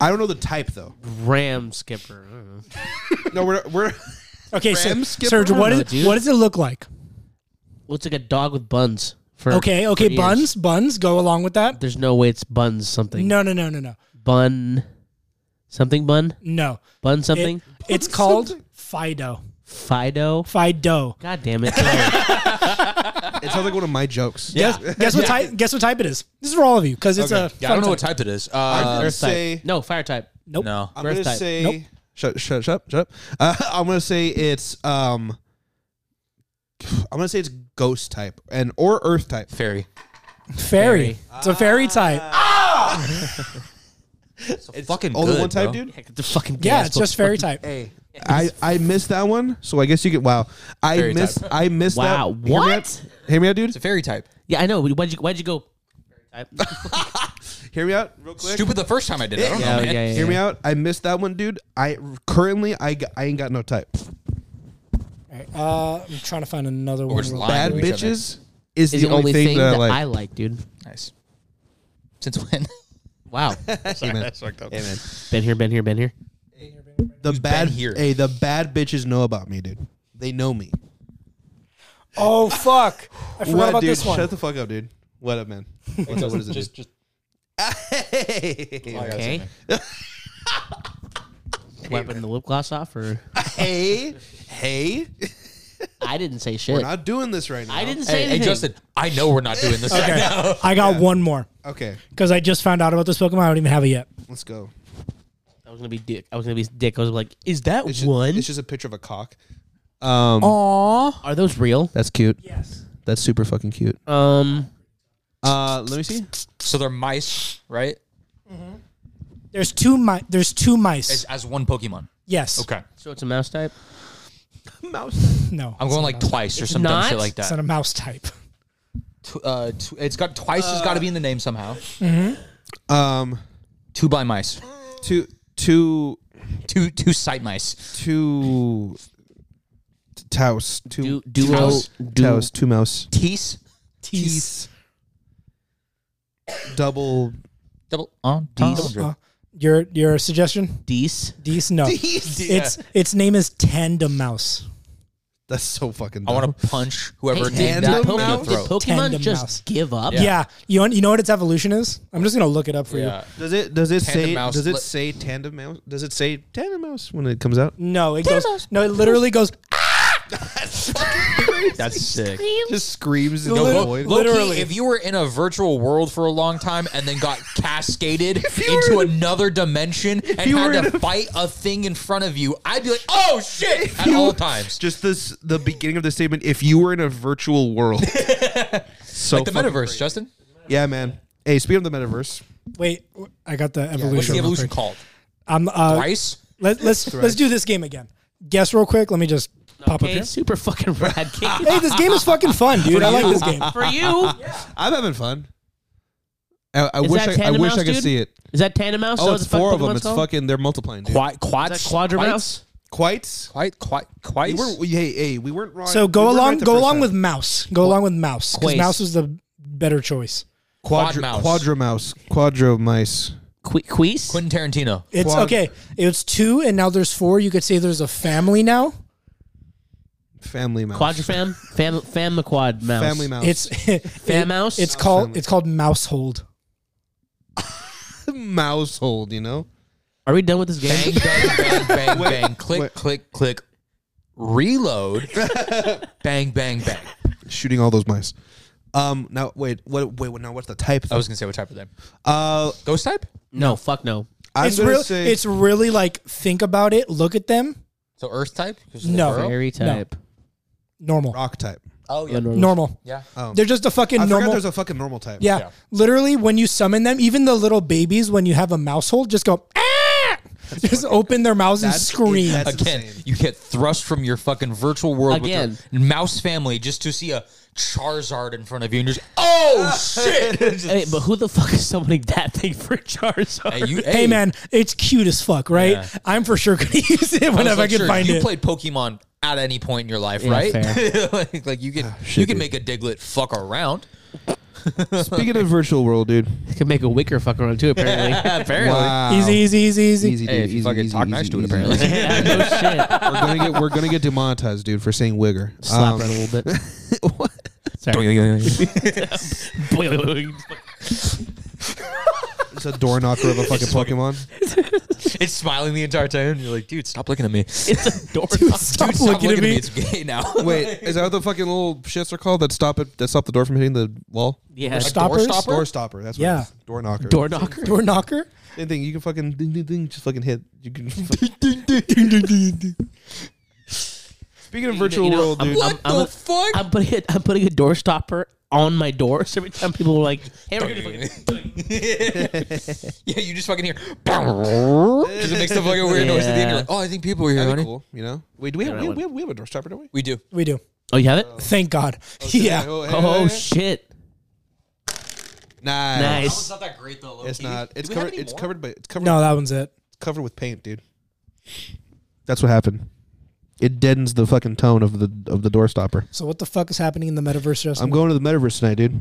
B: I don't know the type though.
A: Ram skipper. I don't know.
B: No, we're we're
D: Okay, so,
B: Ram skipper?
D: Serge,
B: I
D: what
A: don't
D: is-
A: know, dude.
D: what does it look like?
A: Looks like a dog with buns. For,
D: Okay,
A: for
D: okay,
A: ears.
D: buns, buns. Go along with that.
A: There's no way it's buns something.
D: No, no, no, no, no,
A: Bun. Something bun?
D: no.
A: Bun
D: It-
A: something?
D: it's called Fido.
A: Fido?
D: Fido.
A: God damn
B: [laughs]
A: it.
B: Uh,
A: Sorry.
B: It sounds like one of my jokes.
C: [laughs] Yeah.
D: Guess what type? Guess what type it is. This is for all of you because it's
B: Okay.
D: a.
C: Yeah, I don't
D: fun
C: know what
D: type.
C: type it is.
B: I'm
C: Uh,
B: gonna
A: Earth
B: say.
A: type. No, fire type.
D: Nope.
C: no.
B: I'm
A: Earth
B: gonna
A: type.
B: say.
D: Nope.
B: Shut shut shut up shut up. Uh, I'm gonna say it's um. I'm gonna say it's ghost type and or earth type.
C: Fairy.
D: Fairy. It's a fairy
B: Ah.
D: type.
C: It's fucking
B: Only
C: good,
B: one type,
C: bro.
B: dude.
A: Heck, The fucking
D: Yeah,
A: gas
D: it's just
A: book.
D: fairy type.
B: I I missed that one, so I guess you get wow. I
C: Fairy
B: missed
C: type.
B: I missed
A: Wow,
B: that. Hear me out-
A: what?
B: Hear me out, dude.
C: It's a fairy type.
A: Yeah, I know. Why'd you, why'd you go?
B: [laughs]
A: Fairy type.
B: Hear me out, real quick.
C: Stupid the first time I did it. I don't
A: Yeah,
C: know,
A: yeah,
C: man.
A: yeah,
B: Hear me
A: yeah.
B: out. I missed that one, dude. I currently I got, I ain't got no type.
D: All right, uh, I'm trying to find another
C: We're
D: one.
C: just
D: real-
B: Bad
C: lying. to each other.
B: bitches is,
A: Is
B: the only thing, that, I like.
A: dude.
C: Nice. Since when?
A: Wow.
B: Hey, man.
A: been here, been here, been here.
B: The bad
C: been here?
B: Hey, the bad bitches know about me, dude. They know me.
D: Oh fuck! I forgot
B: What,
D: about
B: dude?
D: this one.
B: Shut the fuck up, dude. What up, man? What's up? What is it? Just, hey,
A: Okay. [laughs] Wiping the lip gloss off, or
B: [laughs] hey, hey.
A: I didn't say
B: We're
A: shit.
B: not doing this right now.
A: I didn't say
C: Hey, hey,
A: anything.
C: Justin, I know we're not doing
B: [laughs]
C: this. [laughs]
D: Okay, I got one more
B: Okay,
D: because I just found out about this Pokemon. I don't even have it yet.
B: let's go.
A: I was gonna be dick. I was gonna be dick. I was like, is that
B: It's just,
A: one?
B: It's just a picture of a cock. Um,
D: Aww.
A: Are those real?
B: that's cute.
D: Yes.
B: That's super fucking cute.
A: Um,
B: Uh, let me see.
C: So they're mice, right?
D: There's two mice. There's two
C: As,
D: mice.
C: as one Pokemon.
D: Yes.
C: Okay.
A: so it's a mouse type.
B: Mouse.
D: No.
C: I'm going like twice or
A: It's
C: some dumb
A: not?
C: shit like
D: It's not
C: that.
D: a mouse type. [laughs]
C: Tw- uh, tw- it's got twice has got to be in the name somehow.
B: Um,
C: Two by mice.
B: two, two,
C: Two two sight mice.
B: two. Taos.
A: Du-
B: Two.
A: duo.
C: Mouse.
A: du-
B: Taos. Two mouse.
C: Tease.
B: Tease. Double.
C: Double on.
D: Uh, Your your suggestion?
A: Dees.
D: Dees? No. It's its name is Tandem Mouse.
B: That's so fucking.
C: I
B: Dumb.
C: want to punch whoever did
B: Tandem
C: that in the
B: Mouse?
A: Pokemon, did
C: throat.
A: Pokemon
D: Tandem
A: just
D: mouse.
A: give up?
D: Yeah. You want, you know what its evolution is? I'm just gonna look it up for
C: Yeah.
B: Does it? Does it
C: Tandem
B: say?
C: mouse
B: Does it
C: li-
B: say tandem mouse? Does it say tandem mouse when it comes out?
D: you. No, it goes. No, it literally goes.
C: That's sick.
B: Just screams in
D: No,
B: the
D: look-
B: void.
D: look-
C: Literally,
D: Literally.
C: if you were in a virtual world for a long time and
B: [laughs]
C: then got cascaded
B: you
C: into
B: were-
C: another dimension and
B: you were
C: had
B: in
C: to
B: a-
C: fight a thing in front of you, I'd be like, "Oh shit!" at
B: You-
C: all times.
B: Just this, the beginning of the statement. If you were in a virtual [laughs] world, so
C: Like
B: fucking-
C: the metaverse, Justin.
B: Yeah, man. Hey, speaking of the metaverse,
D: Wait, I got the evolution.
C: What's the
D: real
C: evolution
D: quick.
C: called?
D: I'm, uh,
C: Rice.
D: Let, let's let's do this game again. Guess real quick. Let me just pop up
A: Okay,
D: here.
A: super fucking rad. Kate.
D: Hey, this game is
B: [laughs]
D: fucking fun, dude. I like this game.
A: For you,
B: I'm having fun. I, I
A: Is
B: wish
A: that
B: I, I
A: Tandem
B: wish I
A: Mouse,
B: could
A: dude?
B: see it.
A: is that Tandem Mouse? Is
B: Oh,
A: that
B: it's
A: what the fuck
B: four of them.
A: Pokemon's
B: It's
A: called?
B: fucking. They're multiplying. Dude.
C: Quite, quite,
A: Is that Quadromouse?
B: Quites.
C: Quite, quite,
B: We
C: quite.
B: were, we- hey, hey, we weren't wrong.
D: So
B: we
D: go
B: weren't
D: along,
B: right the
D: go
B: first
D: along
B: time.
D: with mouse. Go along with mouse because
A: Quace.
D: mouse was the better choice.
C: Quad
B: Quadra-
C: mouse.
B: Quadromouse. Quadromice.
A: Que- Queese?
C: Quentin Tarantino.
D: It's
B: Quad-
D: okay. It's two, and now there's four. You could say there's a family now.
B: Family mouse.
A: Quadrifam? Fam Fam the Quad Mouse.
B: Family mouse.
D: It's [laughs]
A: Fam Mouse?
D: It's called
B: family.
D: it's called mousehold.
B: [laughs] mousehold, you know?
A: Are we done with this
C: Bang,
A: game?
C: bang, bang, bang, bang. Click,
B: wait.
C: click, click.
B: [laughs]
C: Reload. bang, bang, bang.
B: Shooting all those mice. Um now wait, what wait, wait now what's the type
C: I
B: though?
C: was gonna say what type of them.
B: Uh
C: Ghost type.
A: no, fuck no.
B: I'm
D: it's
B: gonna
D: real.
B: say
D: It's really like think about it. Look at them.
C: So Earth type. 'Cause
D: No.
C: they're girl?
A: Fairy type.
D: Normal.
B: rock type. Um,
C: Oh yeah.
D: Normal.
C: Yeah.
D: They're just a fucking
B: I forgot
D: normal.
B: there's a fucking normal type.
D: yeah.
C: Yeah.
D: Literally, when you summon them, even the little babies, when you have a mousehold, just go. Ah! Just open their mouths and
B: That's-
D: scream.
B: that's-
C: Again, [laughs]
B: insane.
C: you get thrust from your fucking virtual world
A: Again.
C: with your mouse family just to see a Charizard in front of you and you're just
B: [laughs]
C: oh shit. Just-
A: Hey, but who the fuck is summoning that thing for Charizard?
C: Hey, you,
D: hey man, it's cute as fuck, right?
C: Yeah.
D: I'm for sure [laughs] gonna use it
C: was
D: whenever I
C: like,
D: can
C: sure,
D: find
C: you
D: it.
C: played Pokemon at any point in your life,
A: Yeah,
C: right? [laughs] like, like you can you can make a Diglett fuck around. [laughs]
B: Speaking of virtual world, dude.
A: Can make a wicker fuck around too, apparently. [laughs]
C: Apparently.
B: Wow.
D: Easy, easy, easy, easy.
B: Easy, dude.
C: Hey, if you
B: easy,
C: fucking
B: easy,
C: talk
B: easy,
C: nice to it,
B: easy,
C: apparently.
B: [laughs]
C: [laughs]
B: easy.
A: yeah, no shit.
B: we're gonna get we're gonna get demonetized, dude, for saying wigger.
A: Slap
B: Um,
A: that a little bit.
B: what?
A: Sorry.
B: It's a door knocker of a fucking Pokemon.
C: it's smiling the entire time. You're like, dude, stop looking at me. [laughs]
A: [laughs]
C: Dude,
A: it's a door.
D: Dude, stop
C: stop
D: looking, at me.
C: It's gay now. [laughs]
B: Wait, is that what the fucking little shits are called that stop it that stop the door from hitting the wall?
A: Yeah.
C: A
D: Stopper?
C: door stopper?
B: Door stopper. That's what
D: Yeah.
B: it is. Door knocker.
A: Door knocker.
D: Door knocker.
B: Same thing. You can fucking ding ding ding. Just fucking hit. You [laughs] can. fuck- Speaking of virtual
A: you know,
B: world,
A: I'm-
B: dude.
C: what
A: I'm- I'm
C: the
A: a-
C: fuck?
A: I'm putting a, I'm putting a door stopper on my door. [laughs] So every time people are like, hey, we're gonna fucking
C: [laughs] yeah, you just fucking hear [laughs] because it makes the fucking weird noise at the end. You're like, oh, I think people are here,
B: that'd be
C: honey.
B: cool. You know. Wait, do we have, we, have, we, have, we have a door stopper, don't we?
C: We do.
D: We do.
A: Oh, you have it?
D: Thank God. [laughs] yeah.
B: Oh, hey,
A: Oh
B: hey, hey.
A: shit.
B: Nice.
A: Nice.
C: not that great though.
B: It's not. It's covered. It's covered by. It's covered.
D: No, that one's it.
B: It's covered with paint, dude. That's what happened. It deadens the fucking tone of the of the door stopper.
D: So what the fuck is happening in the metaverse, Justin?
B: I'm going to the metaverse tonight, dude.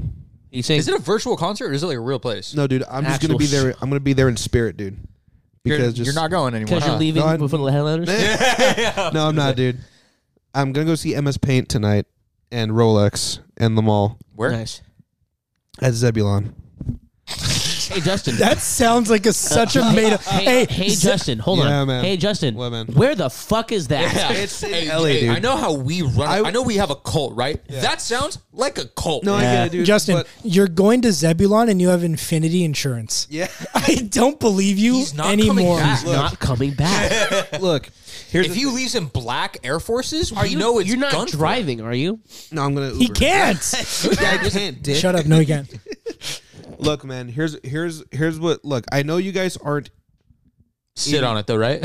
A: You saying
C: Is it a virtual concert or is it like a real place?
B: No, dude. I'm just gonna
A: Actual
B: be there. I'm gonna be there in spirit, dude.
C: you're,
B: Because just,
C: you're not going anymore.
A: because you're
C: huh?
A: leaving
B: No, I-
A: with little headliners?
B: No, I'm not, dude. I'm gonna go see MS Paint tonight and Rolex and the mall
C: Where?
A: Nice.
B: at Zebulon.
A: Hey Justin.
D: that sounds like a, such a made
A: [laughs]
D: up.
A: hey,
D: Hey,
A: hey
D: Z-
A: Justin, hold
B: Yeah,
A: on.
B: man.
A: Hey Justin,
B: What, man?
A: where the fuck is that?
C: Yeah.
B: It's in
C: Hey,
B: LA,
C: hey,
B: dude.
C: I know how we run.
B: I-
C: I, know we have a cult, right? That sounds like a cult.
B: No, I get
A: Yeah.
B: it, dude.
D: Justin,
B: but-
D: you're going to Zebulon and you have Infinity Insurance.
B: yeah.
D: [laughs]
B: [laughs]
D: I don't believe you
C: He's not coming
D: anymore.
C: back.
A: It's [laughs] not coming back.
B: Look, here's
C: if
B: the
C: he leaves in black Air Forces, we know it's
A: you're not
C: done for.
A: driving, are you?
B: thing. no, I'm gonna. Uber.
D: He can't.
B: [laughs] I can't. Dick.
D: Shut up. No, he can't.
B: Look, man. Here's here's here's what. Look, I know you guys aren't.
C: Sit on it though, right?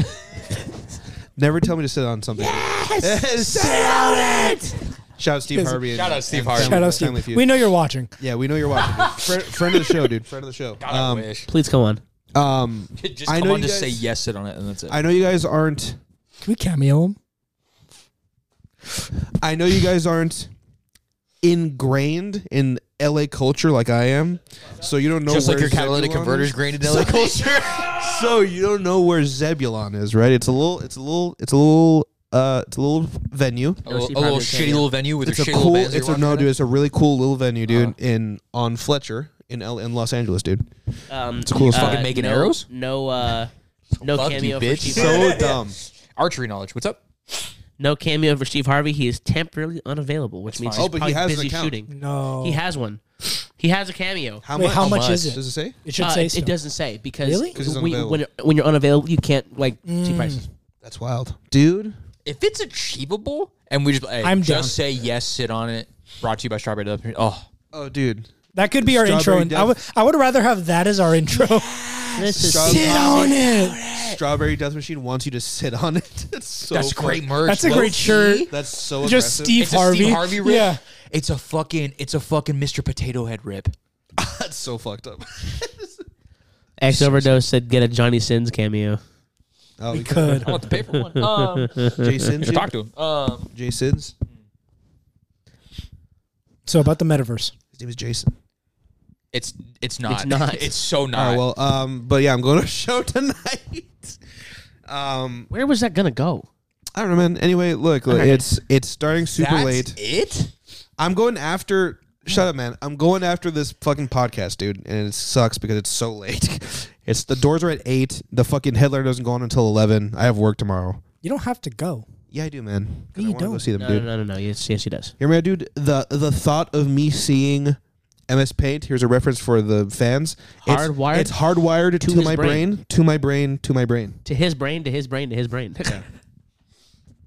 B: Never tell me to sit on something. Yes, [laughs] sit on it. Shout out Steve Harvey. and-
C: Shout out Steve
B: and
C: Harvey.
B: Family-
D: Shout out
B: Family
D: Steve.
B: Feud.
D: We know you're watching.
B: Yeah, we know you're watching. [laughs] Dude. Friend, friend of the show, dude. Friend of the show.
C: I
B: um,
C: wish.
A: Please come on.
B: um,
C: Just
B: I
C: come
B: know
C: on,
B: you
C: just say
B: guys-
C: yes, sit on it, and that's it.
B: I know you guys aren't.
D: Can we cameo him?
B: I know you guys aren't ingrained in LA culture like I am, so you don't know
C: Just like
B: where
C: your catalytic
B: Zebulon
C: converters
B: is.
C: grained in LA culture.
B: So you don't know where Zebulon is, right? It's a little, it's a little, it's a little, uh, it's a little venue.
C: A little,
A: University
C: a little
A: Project, yeah,
C: shitty
A: yeah.
C: little venue with
B: It's
C: your
B: a
C: shitty
B: cool,
C: little bands.
B: it's
C: you're
B: a no,
C: watching
B: dude, it's a really cool little venue,
C: Uh-huh.
B: dude, in on Fletcher in L, in Los Angeles, dude.
A: Um,
B: It's cool as fuck.
C: Fucking making
A: no,
C: arrows?
A: No, uh, no
C: Fuck you,
A: cameo
C: bitch.
A: for Steve. Harvey.
B: So dumb.
C: Archery knowledge. What's up?
A: No cameo for Steve Harvey. He is temporarily unavailable, which means
C: fine.
A: he's
B: Oh, but
A: probably
B: he has an
A: busy
B: account.
A: shooting.
D: No.
A: He has one. He has a cameo.
B: How,
D: Wait,
B: much,
D: how much is it?
B: Does it say?
D: It should
A: Uh,
D: say
A: it,
D: so.
A: it doesn't say because
D: Really?
B: 'Cause he's
A: we-
B: unavailable.
A: when when you're unavailable, you can't like see prices.
B: That's wild, dude.
C: If it's achievable, and we just hey,
D: I'm
C: just
D: down.
C: say yes, sit on it. Brought to you by Strawberry Dove. Oh,
B: Oh, dude.
D: That could be our intro.
B: Strawberry
D: And I would I would rather have that as
B: [laughs]
D: our intro.
A: This is
B: Strawberry-
D: Sit on it.
B: Strawberry Death Machine wants you to sit on it. [laughs] It's so
C: that's
B: fun.
C: great merch.
D: That's a
C: low
D: great
C: key.
D: shirt.
B: That's so
D: Just
B: aggressive.
D: Steve
C: It's
D: Harvey.
C: a Steve Harvey rip.
D: Yeah.
C: It's a fucking it's a fucking Mr. Potato Head rip.
B: That's so fucked [laughs] up.
A: X overdose said get a Johnny Sins cameo.
B: Oh,
D: We could.
C: I want the paper [laughs] one. Um,
B: Jason.
C: talk to him. Um,
B: Jason's.
D: So about the metaverse.
B: His name is Jason.
C: it's it's not.
A: It's not.
C: It's so
B: All
C: not.
B: right. Well, um, but yeah, I'm going to [laughs] a show tonight. Um,
A: Where was that gonna go?
B: I don't know, man. Anyway, look, look, it's it's starting super
C: that's
B: late.
C: It.
B: I'm going after. Shut up, man. I'm going after this fucking podcast, dude, and it sucks because it's so [laughs] late. It's the doors are at eight. The fucking headliner doesn't go on until eleven. I have work tomorrow.
D: You don't have to go.
B: Yeah, I do, man. 'Cause I
D: No, you
B: want to go
D: don't.
B: see them,
A: No,
B: dude.
A: no, no, no, no. Yes, yes, he does.
B: Hear me, out, dude. The the thought of me seeing MS Paint. Here's a reference for the fans. It's-
A: Hardwired
B: It's, hardwired to,
A: his
B: my brain.
A: brain.
B: to my brain, to my brain.
A: To his brain, to his brain, to his brain.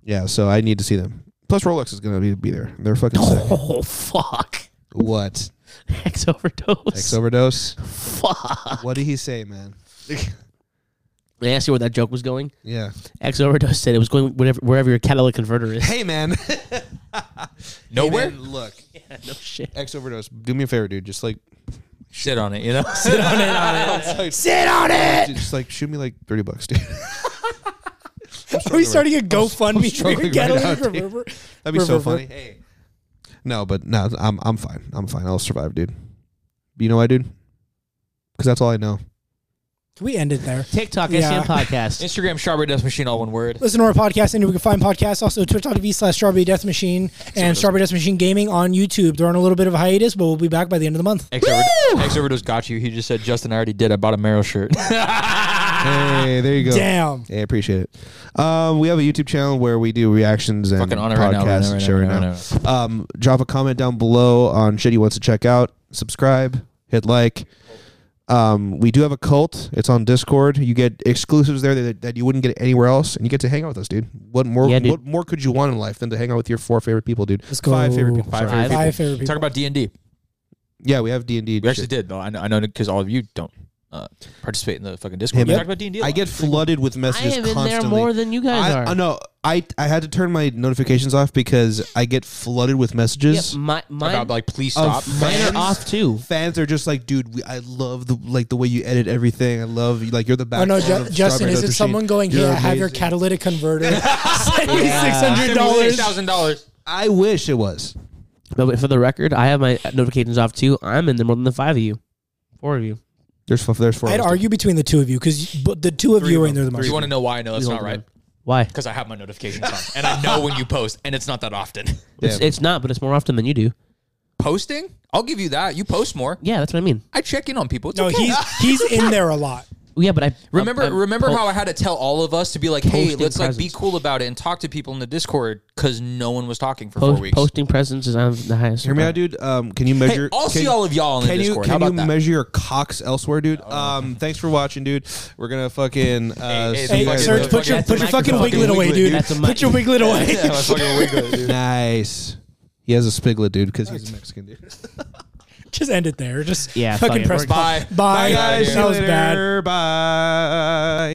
B: Yeah. So I need to see them. Plus, Rolex is gonna be, be there. They're fucking sick.
A: [laughs] oh fuck!
B: What?
A: X overdose.
B: X overdose.
A: fuck.
B: What did he say, man? [laughs]
A: They asked you where that joke was going.
B: yeah.
A: X overdose said it was going whatever, wherever your catalytic converter [laughs] is.
B: Hey, [laughs] man.
C: Nowhere.
B: Man, look,
A: no shit.
B: X overdose. Do me a favor, dude. Just like, [laughs]
C: Sit on it. You know. [laughs] Sit on it. [laughs]
D: Sit on it.
B: dude, just like, shoot me like thirty bucks, dude. [laughs]
D: Are we starting a GoFundMe for
B: struggling
D: your
B: right
D: Catalytic
B: now, dude.
D: reverber?
B: That'd be so
D: Reverber.
B: funny. Hey. No, but no, I'm I'm fine. I'm fine. I'll survive, dude. You know why, dude? Because that's all I know.
D: Can we end it there?
A: TikTok SCM
B: [laughs]
D: Yeah.
A: podcast.
C: Instagram Strawberry Dust Machine, all one word.
D: Listen to our podcast, and we can find podcasts also twitch.tv slash strawberry death machine and strawberry death machine gaming on YouTube. They're on a little bit of a hiatus, but we'll be back by the end of the month.
C: X Overdose- X Overdose got you. He just said, Justin, I already did. I bought a Meryl [laughs] shirt.
B: Hey, there you go.
D: Damn.
B: Hey, I appreciate it. Um, we have a YouTube channel where we do reactions and
C: Fucking on it right now,
B: podcasts
C: right now,
B: and
C: right
B: shit
C: now,
B: right
C: right
B: now.
C: now, right
B: Um, drop a comment down below on shit you want to check out. Subscribe, hit like. Um, we do have a cult. It's on Discord. You get exclusives there that, that you wouldn't get anywhere else, and you get to hang out with us, dude. What more?
A: Yeah, dude.
B: What more could you want in life than to hang out with your four favorite people, dude?
D: Let's go.
B: Five favorite people.
C: Five
B: sorry.
A: favorite
D: Five favorite people.
C: Talk about D and D.
B: Yeah, we have D and D.
C: We actually did though. I know, I know because all of you don't uh, participate in the fucking
B: Hey,
C: Discord. we
B: man.
C: talked about D and
B: I get flooded with
A: I
B: messages
A: am in there
B: constantly.
A: more than you guys
B: I,
A: are.
B: I know. I I had to turn my notifications off because I get flooded with
A: Yeah,
B: messages.
A: my, mine,
C: about like please
B: Of
C: stop.
A: mine
B: fans.
A: are off too.
B: Fans are just like, dude, we, I love the like the way you edit everything. I love you, like you're the
D: Oh
B: backbone.
D: no,
B: of
D: Ju- Justin!
B: Strawberry
D: Is
B: Dust
D: it
B: Machine.
D: someone going?
B: You're
D: Yeah, have your
B: amazing."
A: [laughs]
D: catalytic converter. Send me six hundred
C: Six
D: dollars.
C: thousand dollars.
B: I wish it was.
A: No, but for the record, I have my notifications off too. I'm in there more than the five of you, four of you.
B: There's f- there's four.
D: I'd
B: of us.
D: argue between the two of you because the two of you are in there the
C: Do
D: most.
C: you want to know why I know that's
A: We
C: not
A: hold
C: right?
A: them. Why?
C: Because I have my notifications on, and I know when you post, and it's not that often.
B: Yeah.
A: It's, it's not, but it's more often than you do.
C: [laughs] Posting? I'll give you that. You post more.
A: Yeah, that's what I mean.
C: I check in on people. It's
D: No,
C: okay.
D: he's he's in there
A: [laughs]
D: a lot.
A: Yeah, but I
C: Remember,
A: I'm- I'm
C: remember
A: po-
C: how I had to tell all of us to be like, "Hey,
A: Posting
C: let's like be
A: presence.
C: cool about it and talk to people in the Discord," because no one was talking for four
A: post,
C: weeks.
A: posting presence is on the highest.
B: Hear me out, dude. Um, can you measure?
C: I'll
B: can,
C: see all of y'all on the
B: can
C: Discord.
B: You,
C: How
B: can you
C: about that?
B: measure your cocks elsewhere,
D: Oh,
B: dude? Um, thanks for watching, dude. We're gonna fucking uh,
C: hey,
B: see you
D: Hey,
B: guys
D: Serge,
B: later.
D: put your
A: That's a
D: put your fucking
A: microphone.
D: wiglet away,
B: Wiglet,
D: dude.
B: dude.
A: That's a mic-
D: Put
A: [laughs]
D: your
C: [laughs]
D: wiglet away.
B: nice. He has a spiglet, dude, because he's a Mexican dude.
D: [laughs] Just end it there. Just
A: Yeah, fuck
D: fucking
A: it.
D: press
A: We're-
D: pause.
C: Bye.
D: Bye.
C: Bye, guys.
D: That was bad.
B: Bye.